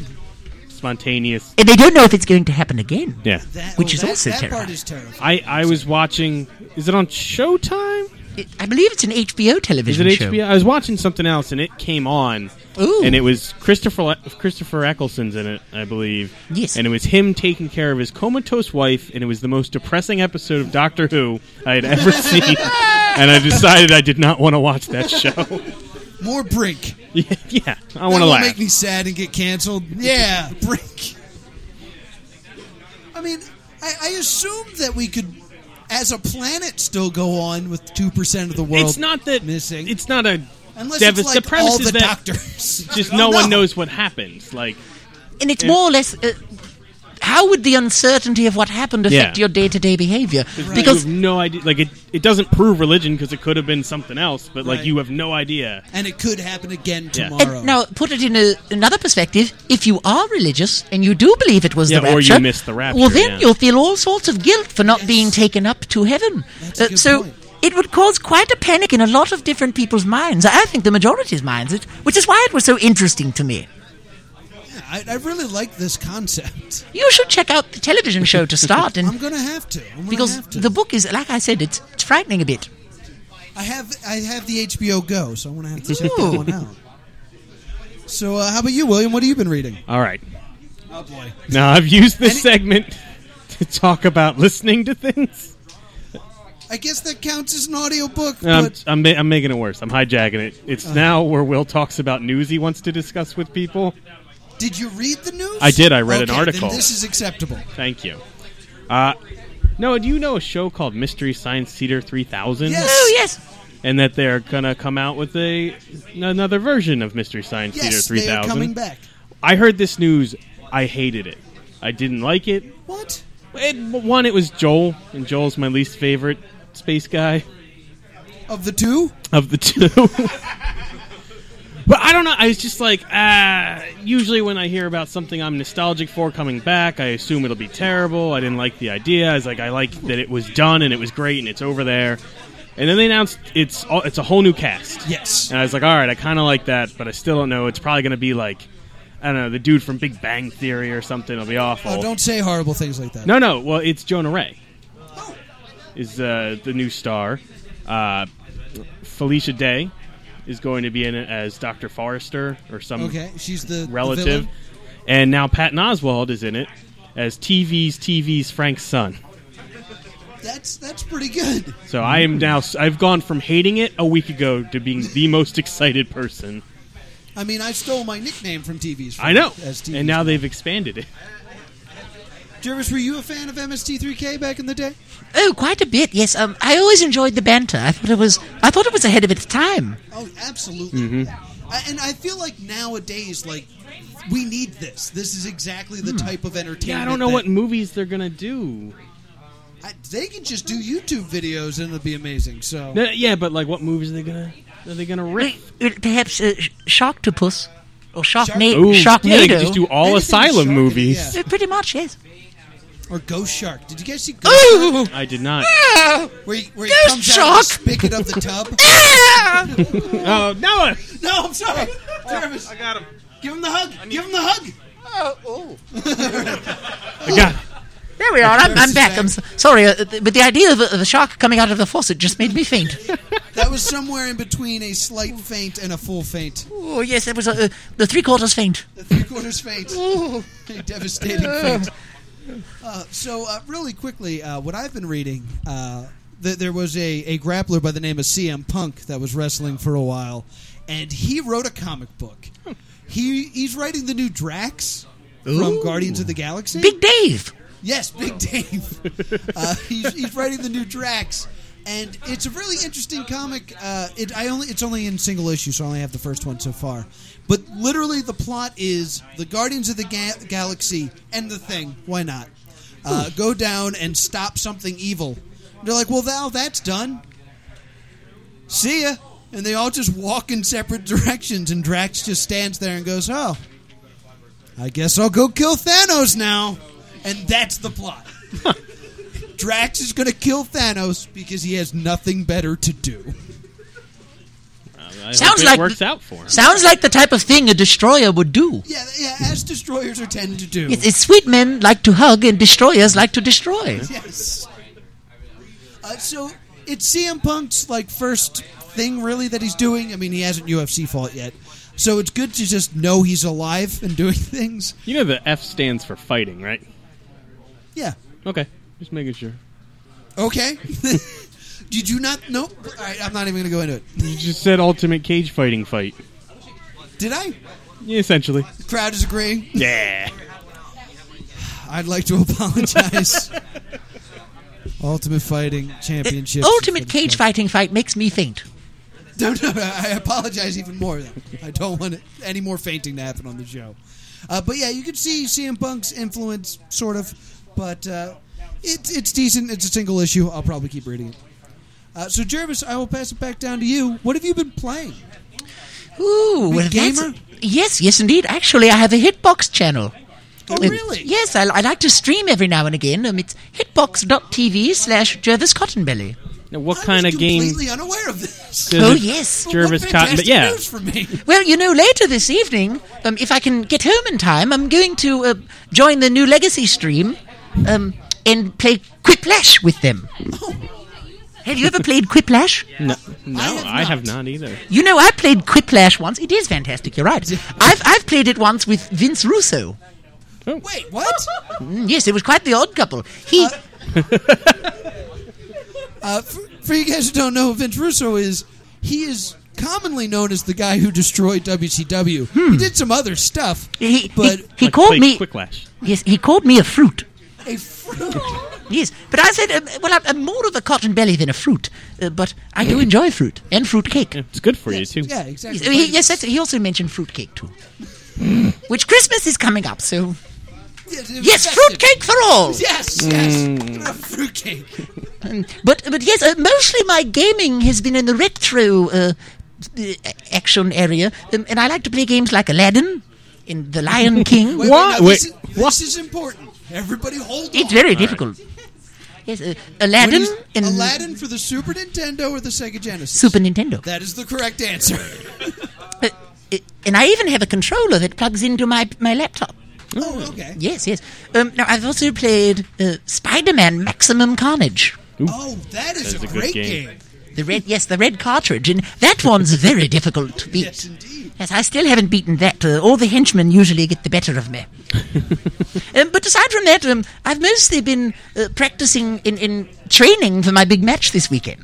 spontaneous. And they don't know if it's going to happen again. Yeah. That, Which oh, is that, also that part terrifying. is terrifying. I I was watching. Is it on Showtime? It, I believe it's an HBO Is television it show. HBO? I was watching something else and it came on, Ooh. and it was Christopher Christopher Eccleston's in it, I believe. Yes. and it was him taking care of his comatose wife, and it was the most depressing episode of Doctor Who I had ever seen. And I decided I did not want to watch that show. More Brink. yeah, I That want to will laugh. make me sad and get canceled. Yeah, Brink. I mean, I, I assumed that we could, as a planet, still go on with two percent of the world. it's not that missing. It's not a unless devis- it's like the premise all is the that doctors. just I no don't one know. knows what happens. Like and it's more or less. Uh, how would the uncertainty of what happened affect Yeah. your day-to-day behavior? you Because have no idea. Like it, it doesn't prove religion because it could have been something else. But like Right. you have no idea. and it could happen again Yeah. And tomorrow. And now, put it in a, another perspective. If you are religious and you do believe it was Yeah, the or you rapture, missed the rapture, well, then yeah. you'll feel all sorts of guilt for not Yes. being taken up to heaven. Uh, That's a good so point. it would cause quite a panic in a lot of different people's minds. I think the majority's minds, it- which is why it was so interesting to me. I, I really like this concept. You should check out the television show to start, I'm and gonna have to I'm gonna because have to. the book is, like I said, it's, it's frightening a bit. I have I have the HBO Go, so I'm gonna have to check that Ooh. one out. So, uh, how about you, William? What have you been reading? All right. Oh boy, Now I've used this Any- segment to talk about listening to things. I guess that counts as an audiobook, I'm, but Um, I'm, ma- I'm making it worse. I'm hijacking it. It's Uh. now where Will talks about news he wants to discuss with people. did you read the news? I did. I read Okay, an then article. this is acceptable. Thank you. Uh, no, do you know a show called Mystery Science Theater 3000? Yes. Oh yes, And that they're going to come out with a another version of Mystery Science Theater Yes, they are 3000. coming back. I heard this news. I hated it. I didn't like it. What? it. One, it was Joel, and Joel's my least favorite space guy. Of the two? of the two. but I don't know. I was just like, uh, usually when I hear about something I'm nostalgic for coming back, I assume it'll be terrible. I didn't like the idea. I was like, I like that it was done and it was great and it's over there. And then they announced it's all, it's a whole new cast. Yes. And I was like, all right, I kind of like that, but I still don't know. It's probably going to be like, I don't know, the dude from Big Bang Theory or something. It'll be awful. Oh, don't say horrible things like that. No, no. Well, it's Jonah Ray. Is uh, the new star. Uh, Felicia Day is going to be in it as Dr. Forrester or some Okay, she's the the relative. villain. and now Patton Oswald is in it as TV's TV's Frank's son. That's that's pretty good. So I am now I've gone from hating it a week ago to being the most excited person. I mean, I stole my nickname from TV's. I know. As TV's. And now they've expanded it. Jervis, were you a fan of MST3K back in the day? oh quite a bit. Yes, um, I always enjoyed the banter. I thought it was I thought it was ahead of its time. Oh, absolutely. Mm-hmm. I, and I feel like nowadays, like we need this. This is exactly the type of entertainment. Hmm. Yeah, I don't know that- what movies they're going to do. I, they can just do YouTube videos and it'll be amazing. So No, yeah, but like what movies are they going to are they going to rip? Uh, Perhaps uh, sh- Sharktopus or Ooh, Sharkna- yeah, they Sharknado. could just do all Anything Asylum Sharknado, movies. yeah. Uh, pretty much, yes. or Ghost Shark. Did you guys see Ghost Shark? Ooh! I did not. Where he, where he Ghost comes out of the Shark! spigot of the tub? Ah! Oh, Noah! no, I'm sorry, Jervis. I got him. Give him the hug. Give him the hug. I got There we are. I'm, I'm Jervis back. I'm so, sorry, uh, th- but the idea of a, of a shark coming out of the faucet just made me faint. That was somewhere in between a slight faint and a full faint, oh yes, that was uh, the three quarters faint. a three quarters faint, a devastating faint. Uh, so, uh, really quickly, uh, what I've been reading, uh, th- there was a, a grappler by the name of CM Punk that was wrestling for a while, and he wrote a comic book. He he's writing the new Drax from Guardians of the Galaxy. Big Dave. Yes, Big Dave. uh, he's, he's writing the new Drax, and it's a really interesting comic. Uh, it, I only it's only in single issue, so I only have the first one so far. But literally, the plot is the Guardians of the Ga- Galaxy and the Thing. Why not uh, go down and stop something evil? And they're like, well, Val, that's done. See ya. And they all just walk in separate directions, and Drax just stands there and goes, "Oh, I guess I'll go kill Thanos now. And that's the plot. Drax is going to kill Thanos because he has nothing better to do. I hope Sounds it like- works out for him. Sounds like the type of thing a destroyer would do. Yeah, yeah as destroyers are tend to do. It's, it's sweet men like to hug, and destroyers like to destroy. Yes. Uh, so it's CM Punk's like first thing really that he's doing. I mean, he hasn't UFC fought yet, so it's good to just know he's alive and doing things. You know the F stands for fighting, right? Yeah. Okay, just making sure. Okay. Did you not know? All right, I'm not even going to go into it. You just said ultimate cage fighting fight. Did I? Yeah, essentially. The crowd is agreeing. Yeah. I'd like to apologize. Ultimate Fighting Championship. Ultimate cage fighting fight makes me faint. No, no, I apologize even more. Though. I don't want any more fainting to happen on the show. Uh, but yeah, you can see CM Punk's influence, sort of. But uh, it's it's decent. It's a single issue. I'll probably keep reading it. Uh, so Jervis, I will pass it back down to you. What have you been playing? Ooh, well, that's- gamer? yes, yes, indeed. Actually, I have a Hitbox channel. Oh, Uh, really? Yes, I, I like to stream every now and again. Um, it's hitbox.tv slash Jervis Cottonbelly. Now, what I was kind of game? Completely unaware of this. does Oh, it- yes. Jervis What Cotton, but fantastic yeah, news for me. Well, you know, later this evening, um, if I can get home in time, I'm going to uh, join the new Legacy stream um, and play Quiplash with them. Have you ever played Quiplash? no, no, I have have, not either. You know, I played Quiplash once. It is fantastic. You're right. I've I've played it once with Vince Russo. Wait, what? Mm, yes, it was quite the odd couple. He Uh, for, for you guys who don't know who Vince Russo is, he is commonly known as the guy who destroyed WCW. He did some other stuff, Hmm. he, but he, he Like, called play me. Quicklash. Yes, he called me a fruit. a fruit. Yes, but I said, um, well, I'm- I'm more of a cotton belly than a fruit. Uh, but I do enjoy fruit and fruit cake. Yeah, it's good for you too. yeah, Yes, exactly. uh, he, yes, that's, he also mentioned fruitcake too. Which Christmas is coming up, so yes, yes, fruitcake Hmm. for all. Yes, yes, fruitcake. But but yes, uh, mostly my gaming has been in the retro uh, uh, action area, um, and I like to play games like Aladdin, in The Lion King. Wait, Wait, What? now, this, Wait, is, this is important. Everybody, hold on. It's very difficult. Yes, uh, When Aladdin he's- in Aladdin for the Super Nintendo or the Sega Genesis? Super Nintendo, That is the correct answer. Uh, uh, and I even have a controller that plugs into my my laptop. oh, okay. Yes, yes. Um, now I've also played uh, Spider-Man: Maximum Carnage. Oh, that is, That is a, a good great game. game. The red, yes, the red cartridge, and that one's very difficult to beat. Yes, indeed. Yes, I still haven't beaten that. Uh, all the henchmen usually get the better of me. um, but aside from that, um, I've mostly been uh, practicing in, in training for my big match this weekend.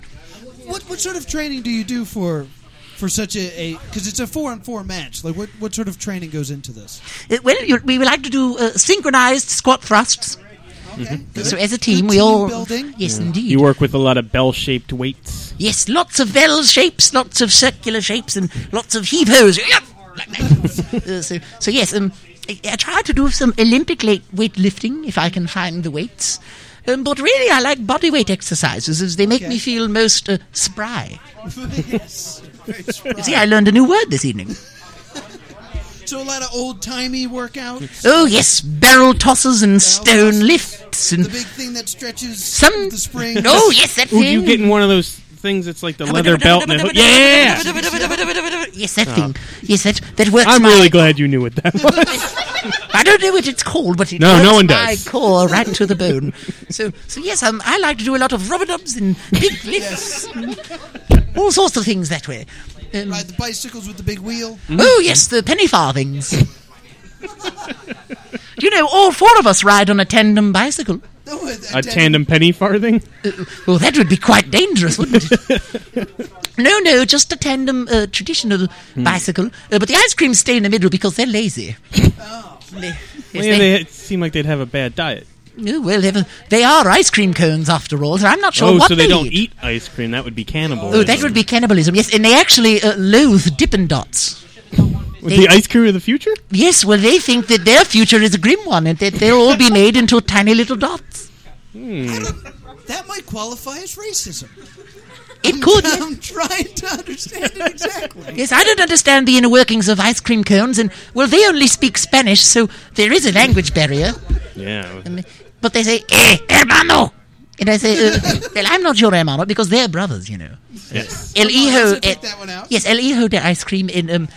What what sort of training do you do for for such a because it's a four on four match? Like what what sort of training goes into this? Uh, well, you, we would like to do uh, synchronized squat thrusts. Okay, So as a team, we all building. yes, indeed, You work with a lot of bell-shaped weights. yes, lots of bell shapes, lots of circular shapes, and lots of heave hos. Yep, like that. uh, so, so yes, um, I, I try to do some Olympic late weightlifting if I can find the weights. Um, but really, I like body weight exercises as they make Okay. me feel most uh, spry. yes. Very spry. See, I learned a new word this evening. So a lot of old timey workouts. Oh yes, barrel tosses and stone lifts The and big thing that stretches some. the spring. Oh yes, that Ooh, thing. you getting one of those things that's like the leather belt? And it- yeah, Yes, that thing. Yes, that that works. I'm my- really glad you knew what that was. I don't know what it's called, but it No, works no one my does. core right to the bone. So, so yes, um, I like to do a lot of rubber dubs and big lifts, and all sorts of things that way. Um, Ride the bicycles with the big wheel. Oh yes, the penny farthings. Do you know all four of us ride on a tandem bicycle? No, uh, A tandem penny farthing. Well, that would be quite dangerous, wouldn't it? no, no, just a tandem uh, traditional Hmm. bicycle. Uh, but the ice creams stay in the middle because they're lazy. Oh. They- yes, Well, they- yeah, they seem like they'd have a bad diet. Oh, well, they've- they are ice cream cones after all, so I'm not sure oh, what so they, don't eat. eat ice cream. That would be cannibalism. Oh, that would be cannibalism, yes. And they actually uh, loathe Dippin' Dots. With the ice cream of the future. Yes, well, they think that their future is a grim one and that they'll all be made into tiny little dots. That might qualify as racism. It could. yes. I'm trying to understand it exactly. Yes, I don't understand the inner workings of ice cream cones, and, well, they only speak Spanish, so there is a language barrier. Um, Yeah. But they say, eh, hermano! And I say, uh, well, I'm not your hermano because they're brothers, you know. Yes. El Hijo. so take eh, that one out. Yes, El Hijo de Ice Cream in um,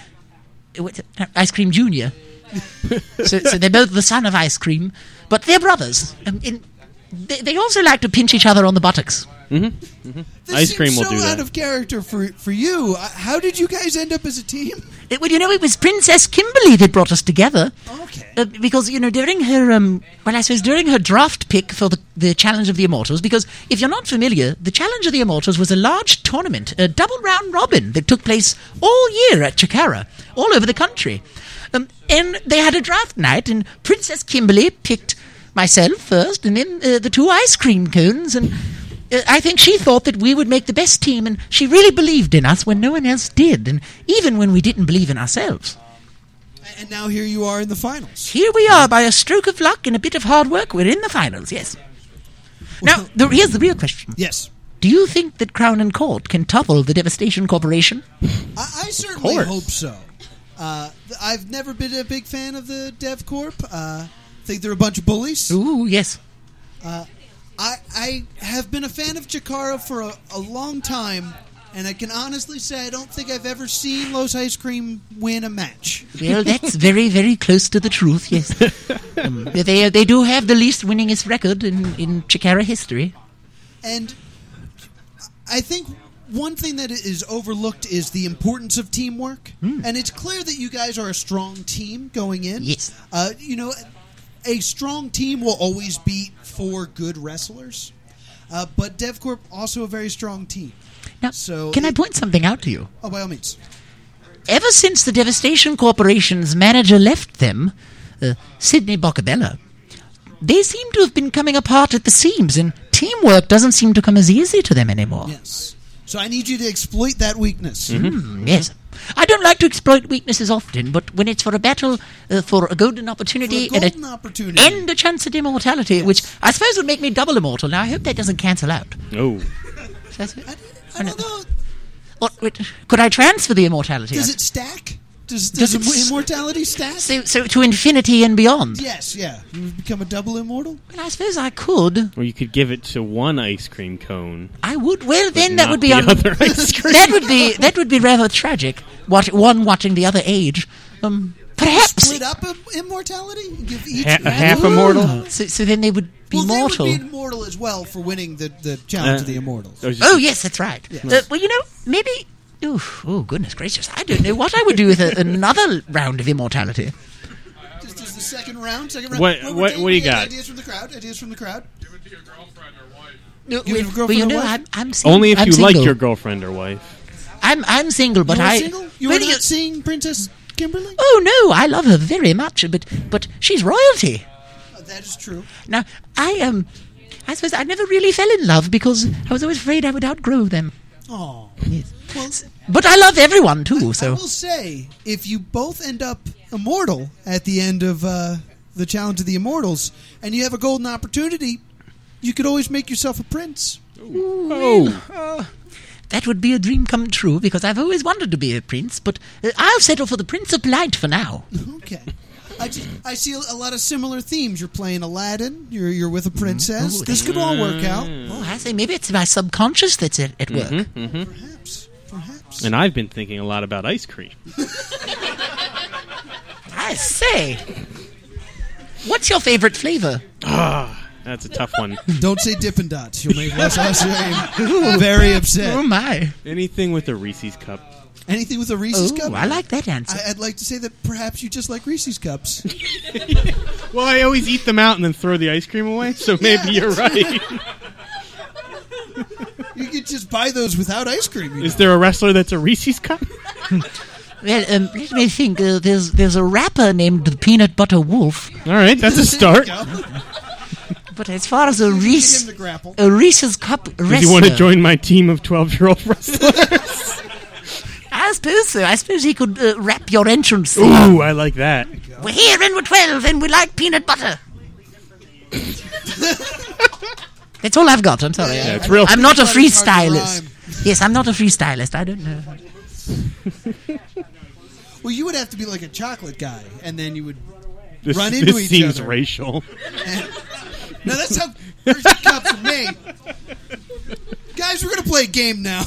what's it? Ice Cream Junior. so, so they're both the son of Ice Cream, but they're brothers. Um, in, they, they also like to pinch each other on the buttocks. This Ice seems cream will so do out that. of character for for you. Uh, How did you guys end up as a team? Uh, Well, you know, it was Princess Kimberly that brought us together. Okay. Uh, because, you know, during her, um, well, I suppose during her draft pick for the, the Challenge of the Immortals, because if you're not familiar, the Challenge of the Immortals was a large tournament, a double round robin that took place all year at Chikara, all over the country. Um, and they had a draft night, and Princess Kimberly picked myself first, and then uh, the two ice cream cones, and uh, I think she thought that we would make the best team, and she really believed in us when no one else did, and even when we didn't believe in ourselves. And now here you are in the finals. Here we are, by a stroke of luck and a bit of hard work, we're in the finals, yes. Now, the, here's the real question. Yes. Do you think that Crown and Court can topple the Devastation Corporation? I, I certainly course. hope so. Uh, th- I've never been a big fan of the DevCorp. Uh, think they're a bunch of bullies. Ooh, yes. I, I have been a fan of Chikara for a, a long time, and I can honestly say I don't think I've ever seen Los Ice Cream win a match. Well, that's very, very close to the truth, yes. Um, they, they do have the least winningest record in, in Chikara history. And I think one thing that is overlooked is the importance of teamwork. And it's clear that you guys are a strong team going in. Yes. Uh, you know, a strong team will always beat four good wrestlers. Uh, but DevCorp also a very strong team. Now, So can I it- point something out to you? Oh, by all means. ever since the Devastation Corporation's manager left them, uh, Sidney Boccabella, they seem to have been coming apart at the seams, and teamwork doesn't seem to come as easy to them anymore. Yes. So I need you to exploit that weakness. Mm, yes. I don't like to exploit weaknesses often, but when it's for a battle, uh, for a golden opportunity, For a golden and a, opportunity. and a chance at immortality, which I suppose would make me double immortal. Now, I hope that doesn't cancel out. Oh, Does it? I, I don't know. Or, wait, could I transfer the immortality? Does it stack? Does, does, Does it s- immortality stack? so, so to infinity and beyond? Yes, yeah. You become a double immortal? Well, I suppose I could. or you could give it to one ice cream cone. I would. Well, then that not would be the un- other ice cream. that would be that would be rather tragic. What one watching the other age? Um, perhaps split up im- immortality? Give each Ha- a man- half immortal? So, so then they would be Well, mortal. they would be immortal as well for winning the, the challenge of the immortals. Or just- oh yes, that's right. Uh, well, you know, maybe. Ooh, oh goodness gracious! I don't know what I would do with a, another round of immortality. This is the second round. Second round. What- Well, we're what- taking what do you again, got? Ideas from the crowd. Ideas from the crowd. No, You would have a well, you girlfriend or know, wife? I'm, I'm sing- Only if I'm you single. like your girlfriend or wife. I'm I'm single, but you were I. single? You Well, were you- not seeing Princess Kimberly? oh no, I love her very much, but but she's royalty. Oh, that is true. Now I um, I suppose I never really fell in love because I was always afraid I would outgrow them. Oh. Yes. Well, But I love everyone too, I so. will say, if you both end up immortal at the end of uh, the challenge of the immortals, and you have a golden opportunity, you could always make yourself a prince. Oh, That would be a dream come true because I've always wanted to be a prince, but uh, I'll settle for the Prince of Light for now. Okay. I, ju- I see a lot of similar themes. You're playing Aladdin. You're you're with a Mm-hmm. princess. Ooh, this could all work out. Oh, I say, maybe it's my subconscious that's at, at work. Mm-hmm. Perhaps. Perhaps. and I've been thinking a lot about ice cream. I say. What's your favorite flavor? That's a tough one. Don't say Dippin' Dots. You'll make Les Ossie very Oh, upset. my. Anything with a Reese's cup. Anything with a Reese's Oh, cup. I like that answer. I- I'd like to say that perhaps you just like Reese's cups. Well, I always eat them out and then throw the ice cream away, so maybe you're right. You could just buy those without ice cream. You Is there a wrestler that's a Reese's cup? Well, um, let me think. Uh, there's there's a rapper named the Peanut Butter Wolf, All right, that's a know. start. There you go. but as far as a Reese. Reese, Him to grapple. a Reese's Cup wrestler, Does he want to join my team of 12 year old wrestlers? I suppose so. I suppose he could uh, rap your entrance. Ooh, I like that. We're here and we're 12 and we like peanut butter. That's all I've got. I'm sorry. Yeah, it's real. I'm not a Everybody's hard to freestylist. Yes, I'm not a freestylist. I don't know. Well, you would have to be like a chocolate guy, and then you would. This, Run into this each seems other. racial. No, that's how Reese's cups are made. Guys, we're gonna play a game now.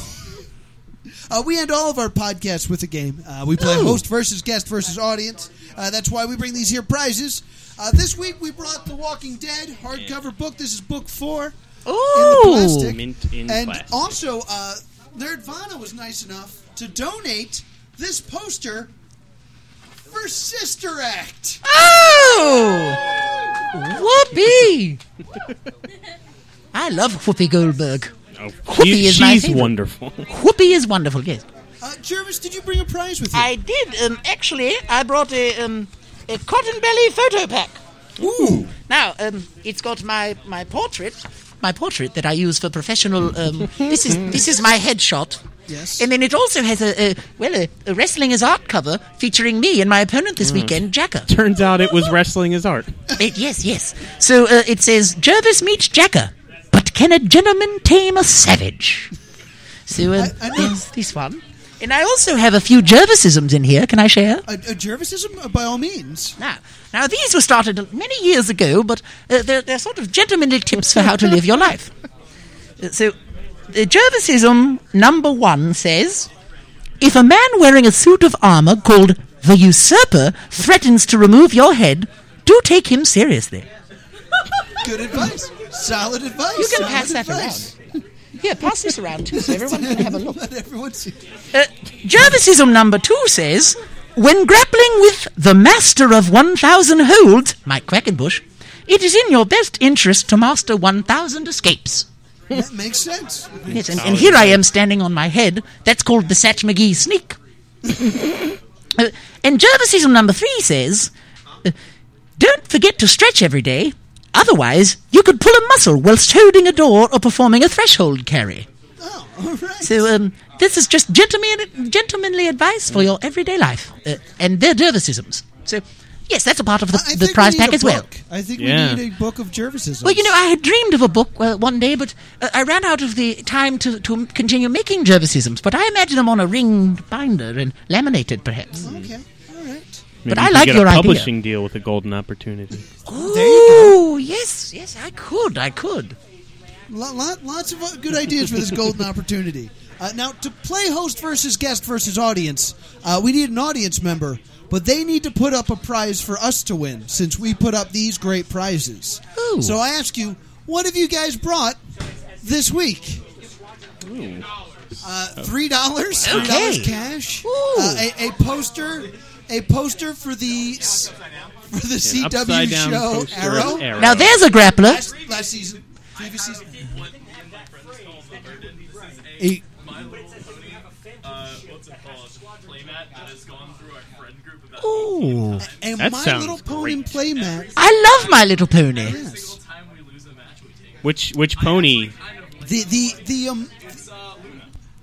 Uh, we end all of our podcasts with a game. Uh, we play host versus guest versus audience. Uh, that's why we bring these here prizes. Uh, this week we brought The Walking Dead hardcover book. This is book four. Oh. in the plastic. Mint in and plastic. also, uh, Nerdvana was nice enough to donate this poster for Sister Act. Oh! Whoopi! I love Whoopi Goldberg. Oh, Whoopi she- is my she's favorite. wonderful. Whoopi is wonderful, yes. Uh, Jervis, did you bring a prize with you? I did, um, actually, I brought a, um, a cotton belly photo pack. Ooh. Now, um, it's got my, my portrait, my portrait that I use for professional. Um, this is this is my headshot. Yes. And then it also has a, a well, a, a wrestling as art cover featuring me and my opponent Hmm. this weekend, Jacker. Turns out it was wrestling as art. It- yes, yes. So uh, it says Jervis meets Jacker, but can a gentleman tame a savage? So uh, I know. there's this one. And I also have a few Jervisisms in here. Can I share? A, a Jervisism, uh, by all means. Now, now these were started many years ago, but uh, they're, they're sort of gentlemanly tips for how to live your life. Uh, so, the Jervisism number one says If a man wearing a suit of armor called the usurper threatens to remove your head, do take him seriously. Good advice. Solid advice. You can Solid pass that advice. Here, pass this around too, so everyone can have a look. Let everyone see. Uh, Jervisism number two says, when grappling with the master of 1,000 holds, Mike Quackenbush, it is in your best interest to master 1,000 escapes. That makes sense. Yes, and, and here I am standing on my head. That's called the Satch McGee sneak. Uh, and Jervisism number three says, uh, don't forget to stretch every day. Otherwise, you could pull a muscle whilst holding a door or performing a threshold carry. Oh, all right. So um, this is just gentleman, gentlemanly advice for your everyday life uh, and their dervisisms. So yes, that's a part of the, I the think prize we need pack a as well. book. I think Yeah. we need a book of Jervisism. Well, you know, I had dreamed of a book uh, one day, but uh, I ran out of the time to, to continue making dervisisms. But I imagine them on a ringed binder and laminated, perhaps. Okay. All right. Maybe I you could like get your a idea. publishing deal with a golden opportunity. Oh, yes, yes, I could, I could. Lo- lot- lots of uh, good ideas for this golden opportunity. Uh, now, to play host versus guest versus audience, uh, we need an audience member, but they need to put up a prize for us to win since we put up these great prizes. Ooh. So I ask you, what have you guys brought this week? Uh, three dollars, three dollars Okay. cash. Ooh. Uh, a, a poster, a poster for the s- for the CW Upside down show poster Arrow. of Arrow. Now there's a grappler. Last, last season, previous season. A- Ooh, and That My sounds Little Pony playmat. I love My Little Pony. Yes. Which which pony? The the the um.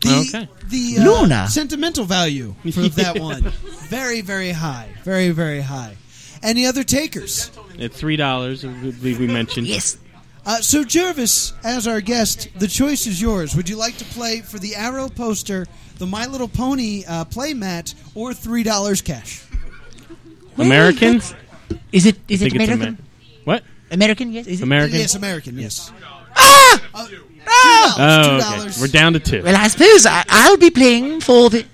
The, Okay. the uh, Luna. sentimental value for that one very very high very very high any other takers At three dollars, I believe we mentioned. Yes, uh, so Jervis as our guest the choice is yours would you like to play for the arrow poster the My Little Pony uh, playmat or three dollars cash American. Well, that's- Is it is I it think it's American? Amer- what? American? Yes. Is it? American. yes American yes Ah! $2, Oh, okay. $2. We're down to two. Well, I suppose I, I'll be playing for the.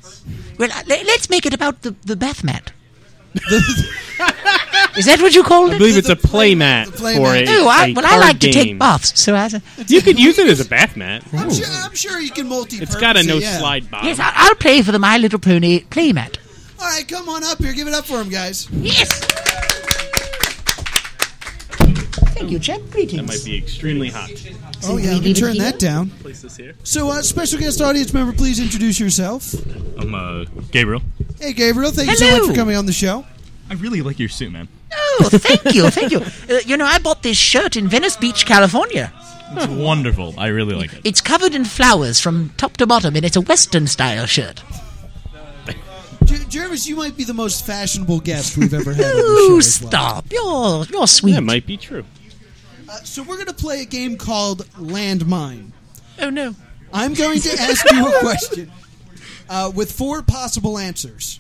Well, I- le- let's make it about the, the bath mat. Is that what you called I it? believe the- it's a the play- playmat the for play a, mat. Oh, I, a well, I card like game. to take baths, so I. said, You could use it as a bath mat. I'm sure, I'm sure you can multi. It's got a no slide bottom. Yes, I, I'll play for the My Little Pony playmat. All right, come on up here. Give it up for him, guys. Yes. Thank you, chap. Greetings. That might be extremely hot. Oh yeah, let me turn that down. Place this here. So, uh, special guest audience member, please introduce yourself. I'm uh, Gabriel. Hey, Gabriel. Thank you so Hello. much for coming on the show. I really like your suit, man. Oh, thank you, thank you. Uh, you know, I bought this shirt in Venice Beach, California. It's wonderful. I really like it. It's covered in flowers from top to bottom, and it's a Western style shirt. J- Jervis, you might be the most fashionable guest we've ever had. on the show Oh, as well. stop! You're you're sweet. That might be true. Uh, so, we're gonna play a game called Landmine. oh no! I'm going to ask you a question uh, with four possible answers.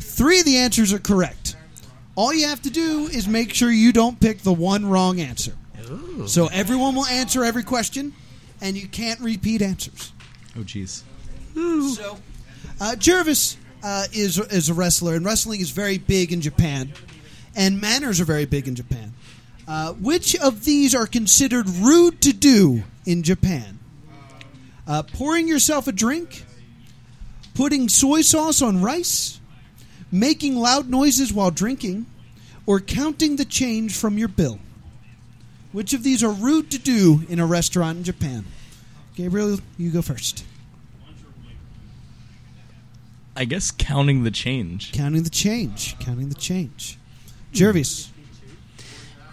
Three of the answers are correct. All you have to do is make sure you don't pick the one wrong answer. So everyone will answer every question, and you can't repeat answers. Oh, jeez. So, uh, Jervis uh, is is a wrestler, and wrestling is very big in Japan, and manners are very big in Japan. Uh, which of these are considered rude to do in Japan? Uh, pouring yourself a drink, putting soy sauce on rice, making loud noises while drinking, or counting the change from your bill. Which of these are rude to do in a restaurant in Japan? Gabriel, you go first. I guess counting the change. Counting the change. Counting the change. Jervis.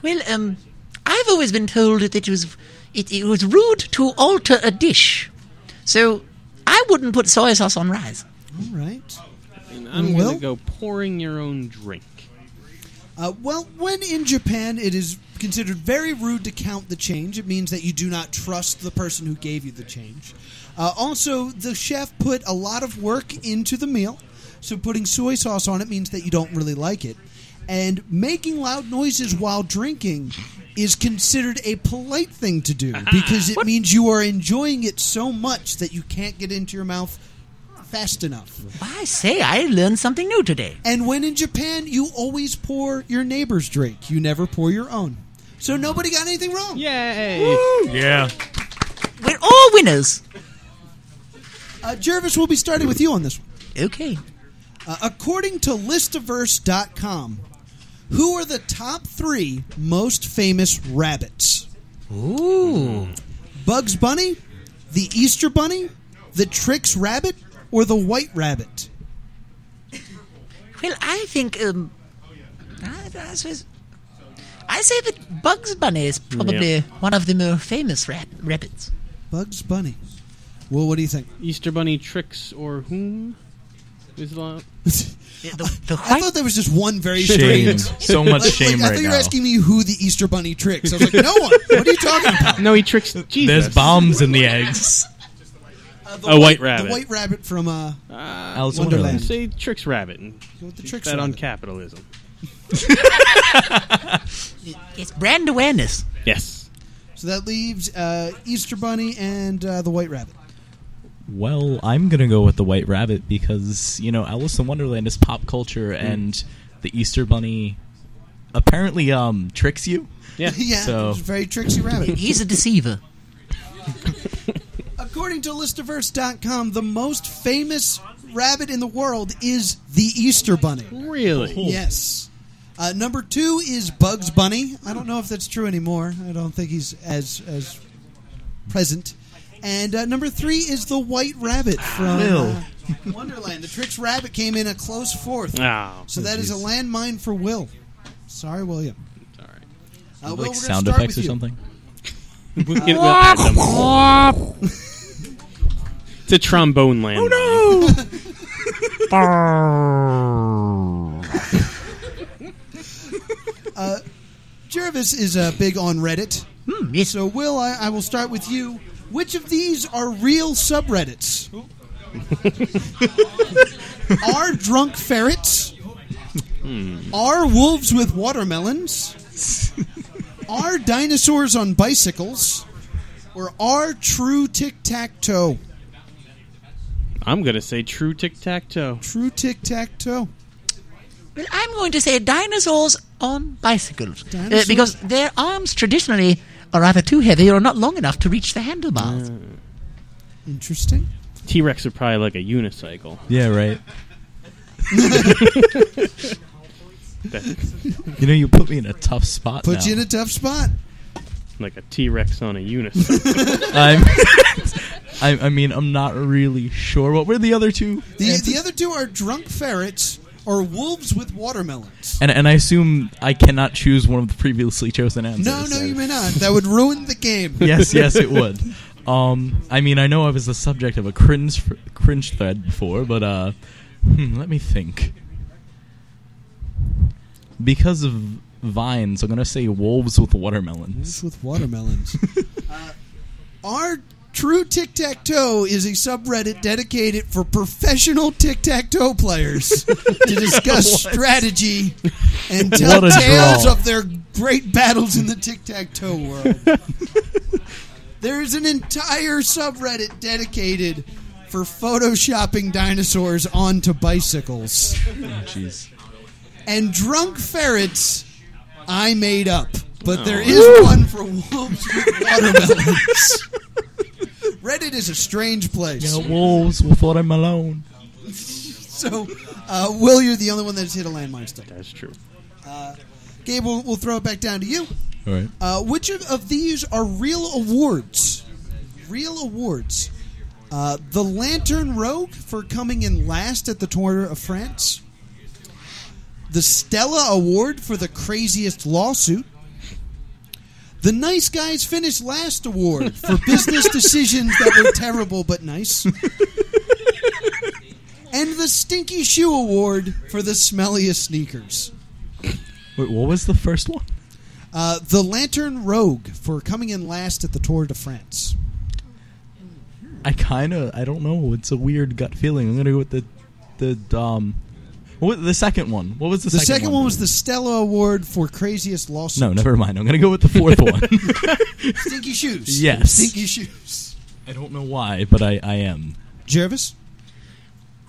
Well, um, I've always been told that it was it, it was rude to alter a dish, so I wouldn't put soy sauce on rice. All right. And I'm Will? gonna go pouring your own drink. Uh, well, when in Japan, it is considered very rude to count the change. It means that you do not trust the person who gave you the change. Uh, also, the chef put a lot of work into the meal, so putting soy sauce on it means that you don't really like it. And making loud noises while drinking is considered a polite thing to do because it means you are enjoying it so much that you can't get into your mouth fast enough. I say, I learned something new today. And when in Japan, you always pour your neighbor's drink. You never pour your own. So nobody got anything wrong. Yay! Yeah. We're all winners. Uh, Jervis, we'll be starting with you on this one. Okay. Uh, according to listaverse.com, who are the top three most famous rabbits? Ooh. Bugs Bunny, the Easter Bunny, the Trix Rabbit, or the White Rabbit? Well, I think um, I, I suppose- I say that Bugs Bunny is probably one of the more famous rab- rabbits. Bugs Bunny. Well, what do you think? Easter Bunny tricks or whom? Is the- The, the, the I white thought there was just one very Shame. strange. so much Like, like, shame I thought right you were now. asking me who the Easter Bunny tricks. I was like, no one. What are you talking about? No, he tricks Jesus. There's bombs in the eggs. the A white rabbit. The white rabbit from uh, Alice Wonderland. Wonderland. Say tricks rabbit and with the tricks tricks that on rabbit. capitalism. It's brand awareness. Yes. So that leaves uh, Easter Bunny and uh, the white rabbit. Well, I'm gonna go with the White Rabbit because you know Alice in Wonderland is pop culture, Mm. and the Easter Bunny apparently um tricks you. Yeah. yeah, So- it's a very tricksy rabbit. He's a deceiver. According to listaverse.com, the most famous rabbit in the world is the Easter Bunny. Really? Oh. Yes. Uh, number two is Bugs Bunny. I don't know if that's true anymore. I don't think he's as as present. And uh, number three is the White Rabbit from uh, Wonderland. The Tricks Rabbit came in a close fourth. Oh, So that is a landmine for Will. Sorry, William. Sorry. Uh, Will, like we're gonna sound start effects with or you. something. We'll- we'll add them. it's a trombone land. Oh no! Jervis is uh, big on Reddit. Hmm, yes. So, Will, I, I will start with you. Which of these are real subreddits? are drunk ferrets? Hmm. Are wolves with watermelons? Are dinosaurs on bicycles? Or are true tic tac toe? I'm gonna say true tic tac toe. True tic tac toe. Well, I'm going to say dinosaurs on bicycles uh, Dinosaurs? because their arms traditionally are either too heavy or not long enough to reach the handlebars. Interesting. T Rex are probably like a unicycle. Yeah, right. you know, you put me in a tough spot. Put now. you in a tough spot. Like a T Rex on a unicycle. I'm, I, I mean, I'm not really sure. What were the other two? The, the other two are drunk ferrets or wolves with watermelons. And and I assume I cannot choose one of the previously chosen answers. No, no, you may not. That would ruin the game. yes, yes, it would. Um, I mean, I know I was the subject of a cringe fr- cringe thread before, but uh, hmm, let me think. Because of vines, I'm gonna say wolves with watermelons. with watermelons. uh, our true tic tac toe is a subreddit dedicated for professional tic tac toe players to discuss strategy and tell What a tales draw. of their great battles in the tic tac toe world. there is an entire subreddit dedicated for photoshopping dinosaurs onto bicycles. Jeez. and drunk ferrets I made up. But there is one for wolves with watermelons. Reddit is a strange place. You know, wolves with watermelon. So, uh, Will, you're the only one that's hit a landmine still. That's true. Gabe, we'll, we'll throw it back down to you. All right. Uh, which of, of these are real awards? Real awards. Uh, the Lantern Rogue for coming in last at the Tour of France. The Stella Award for the craziest lawsuit. The Nice Guys Finish Last Award for business decisions that were terrible but nice. And the Stinky Shoe Award for the smelliest sneakers. Wait, what was the first one? Uh, the Lantern Rogue for coming in last at the Tour de France. I kind of I don't know. It's a weird gut feeling. I'm gonna go with the the um. What the second one? What was the, The second, second one was the Stella Award for craziest lawsuit. No, never mind. I'm gonna go with the fourth one. Stinky shoes. Yes. Stinky shoes. I don't know why, but I I am. Jervis.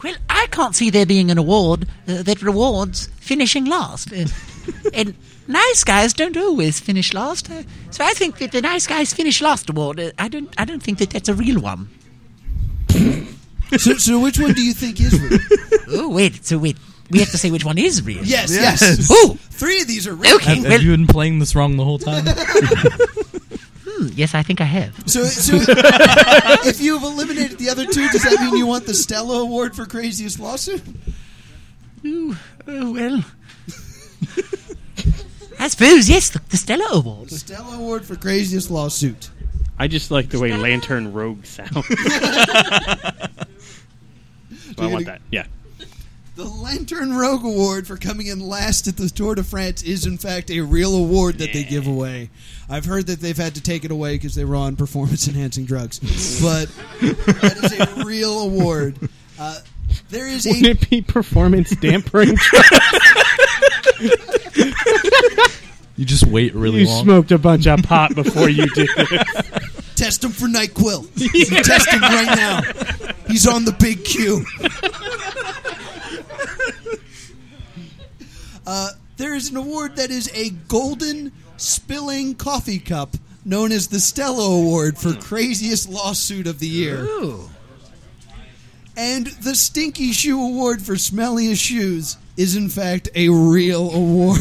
Well, I can't see there being an award uh, that rewards finishing last. Uh, and nice guys don't always finish last. Uh, so I think that the nice guys finish last award, uh, I, don't, I don't think that that's a real one. So, so which one do you think is real? Oh, wait, so wait. We have to say which one is real. Yes, yes. Yes. Oh, Three of these are real. okay. Have, well, have you been playing this wrong the whole time? yes, I think I have. So, so if you've eliminated the other two, does that mean you want the Stella Award for craziest lawsuit? Ooh, oh, well. I suppose, yes, the, the Stella Award. The Stella Award for craziest lawsuit. I just like the way Lantern Rogue sounds. I want that. Yeah. The Lantern Rogue Award for coming in last at the Tour de France is, in fact, a real award that they give away. I've heard that they've had to take it away because they were on performance enhancing drugs. But that is a real award. Uh, there is Would a. it be performance dampering? You just wait really you long. smoked a bunch of pot before you did. it. Test him for NyQuil. You can Test him right now. He's on the big queue. Uh, there is an award that is a golden spilling coffee cup known as the Stella Award for craziest lawsuit of the year. Ooh. And the Stinky Shoe Award for smelliest shoes is in fact a real award.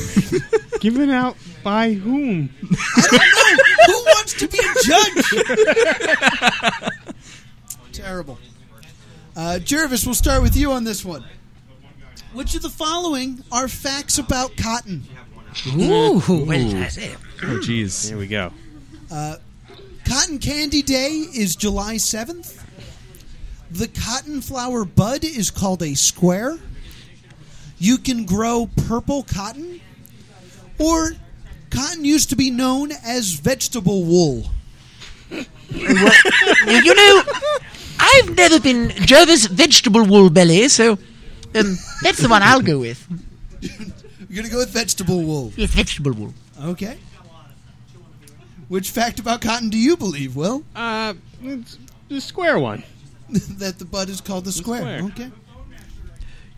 Given out by whom? Who wants to be a judge? Terrible. Uh, Jervis, we'll start with you on this one. Which of the following are facts about cotton? Ooh, well, I say, Oh, jeez. Here we go. Cotton Candy Day is July 7th. The cotton flower bud is called a square. You can grow purple cotton. Or cotton used to be known as vegetable wool. Now, you know, I've never been Jervis vegetable wool belly, so um, that's the one I'll go with. You're going to go with vegetable wool. Yes, vegetable wool. Okay. Which fact about cotton do you believe, Will? Uh, it's the square one. that the bud is called the square. square. Okay. You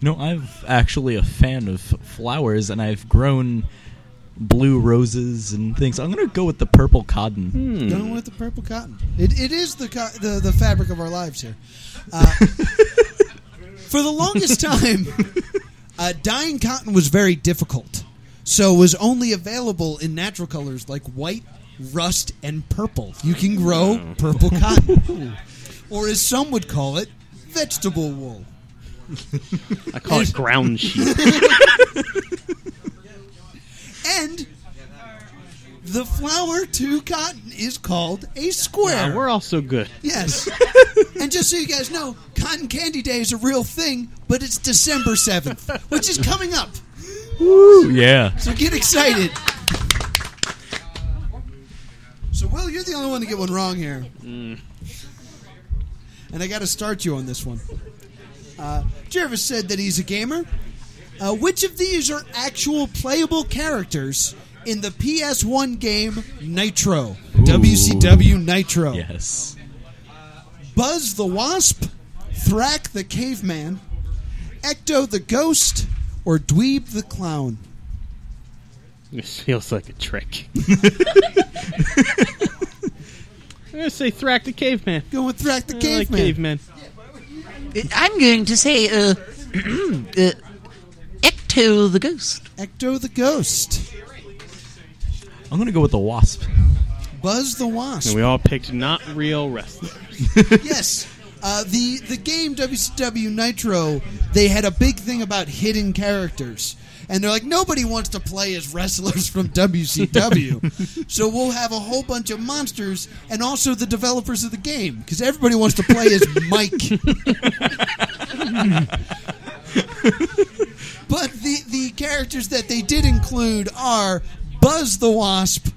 know, I'm actually a fan of flowers, and I've grown blue roses and things. I'm gonna go with the purple cotton. Hmm. Going with the purple cotton. It, it is the, co- the the fabric of our lives here. Uh, for the longest time, uh, dyeing cotton was very difficult, so it was only available in natural colors like white, rust, and purple. You can grow purple cotton, or as some would call it, vegetable wool. I call it ground sheep. And the flower to cotton is called a Uh, square. we're also good. yes. and just so you guys know, Cotton Candy Day is a real thing, but it's December 7th, which is coming up. Ooh, yeah. So get excited. So, Will, you're the only one to get one wrong here. Mm. And I got to start you on this one. Uh, Jervis said that he's a gamer. Uh, which of these are actual playable characters in the PS1 game Nitro? WCW Nitro. Yes. Buzz the Wasp, Thrack the Caveman, Ecto the Ghost, or Dweeb the Clown? This feels like a trick. I'm gonna say Thrack the caveman. Going with Thrack the I like Caveman. cavemen. Uh, I'm going to say uh, uh, Ecto the Ghost. Ecto the Ghost. I'm gonna go with the wasp. Buzz the Wasp. And we all picked not real wrestlers. yes. Uh, the the game WCW Nitro, they had a big thing about hidden characters, and they're like nobody wants to play as wrestlers from WCW, so we'll have a whole bunch of monsters, and also the developers of the game because everybody wants to play as Mike. but the the characters that they did include are Buzz the Wasp,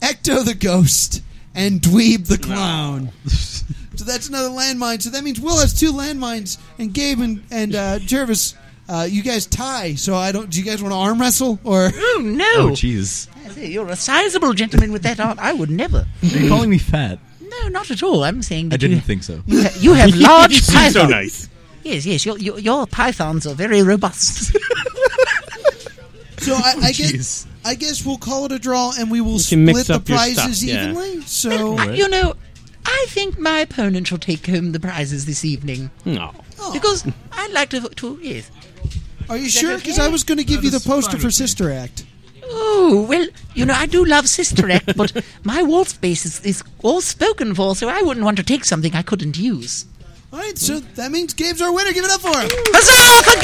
Ecto the Ghost, and Dweeb the Clown. So that's another landmine. So that means Will has two landmines, and Gabe and and uh, Jervis, uh, you guys tie. So I don't. Do you guys want to arm wrestle or? Oh, no. Oh, jeez. I say, You're a sizable gentleman with that art. I would never. You're calling me fat. No, not at all. I'm saying that I didn't you, think so. you, ha- you have large You seem pythons. so nice. Yes, yes. Your, your, your pythons are very robust. So I, I guess jeez. I guess we'll call it a draw, and we will can mix split the up your stuff, prizes yeah. evenly. So Alright. you know, I think my opponent shall take home the prizes this evening No. because I'd like to. to yes. are you sure? Because I was going to give you the poster for Sister Act. Oh well, you know I do love Sister Act, but my waltz bass is, is all spoken for, so I wouldn't want to take something I couldn't use. All right, so Mm-hmm. that means Gabe's our winner. Give it up for him. Huzzah for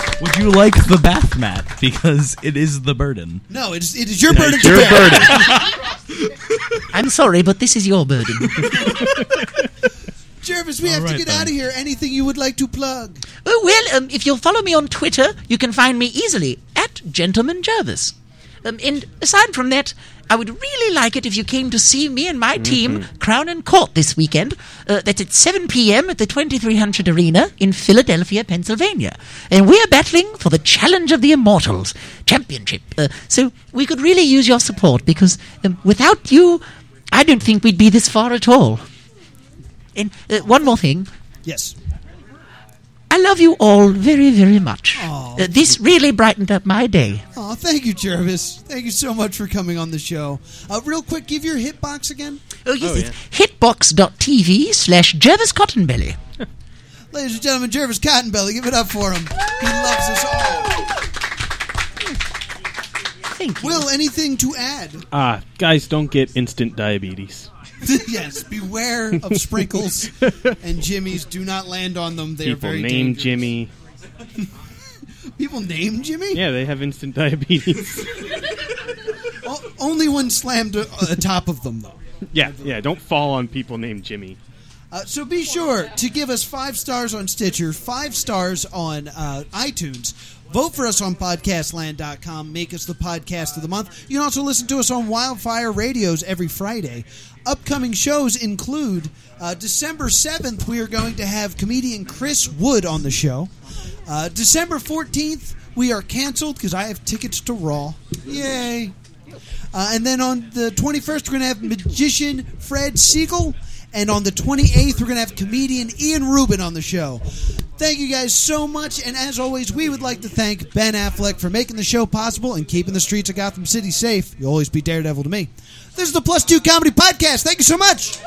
Gabe! Would you like the bath mat? Because it is the burden. No, it is, it is your burden to You're bear. burden. I'm sorry, but this is your burden. Jervis, we have to Alright, get then. out of here. Anything you would like to plug? Oh, well, um, if you'll follow me on Twitter, you can find me easily at Gentleman Jervis. Um, and aside from that, I would really like it if you came to see me and my team, Crown and Court, this weekend. Uh, that's at 7 p.m. at the 2300 Arena in Philadelphia, Pennsylvania. And we are battling for the Challenge of the Immortals Championship. Uh, so we could really use your support because um, without you, I don't think we'd be this far at all. And uh, one more thing. Yes. I love you all very, very much. Uh, this really brightened up my day. Oh, thank you, Jervis. Thank you so much for coming on the show. Uh, real quick, give your hitbox again. Oh, yes, it's hitbox.tv slash Jervis Cottonbelly. Ladies and gentlemen, Jervis Cottonbelly, give it up for him. He loves us all. Thank you. Will, anything to add? Ah, guys, don't get instant diabetes. yes, beware of sprinkles and jimmies. Do not land on them. They People are very name dangerous. Jimmy. People name Jimmy? Yeah, they have instant diabetes. O- only when slammed a- atop of them, though. yeah, yeah. Don't fall on people named Jimmy. Uh, so be sure to give us five stars on Stitcher, five stars on uh, iTunes. Vote for us on podcastland.com. Make us the podcast of the month. You can also listen to us on Wildfire Radios every Friday. Upcoming shows include uh, December 7th, we are going to have comedian Chris Wood on the show. Uh, December 14th, we are canceled because I have tickets to Raw. Yay! Uh, and then on the 21st, we're going to have magician Fred Siegel. And on the 28th, we're going to have comedian Ian Rubin on the show. Thank you guys so much. And as always, we would like to thank Ben Affleck for making the show possible and keeping the streets of Gotham City safe. You'll always be Daredevil to me. This is the Plus Two Comedy Podcast. Thank you so much.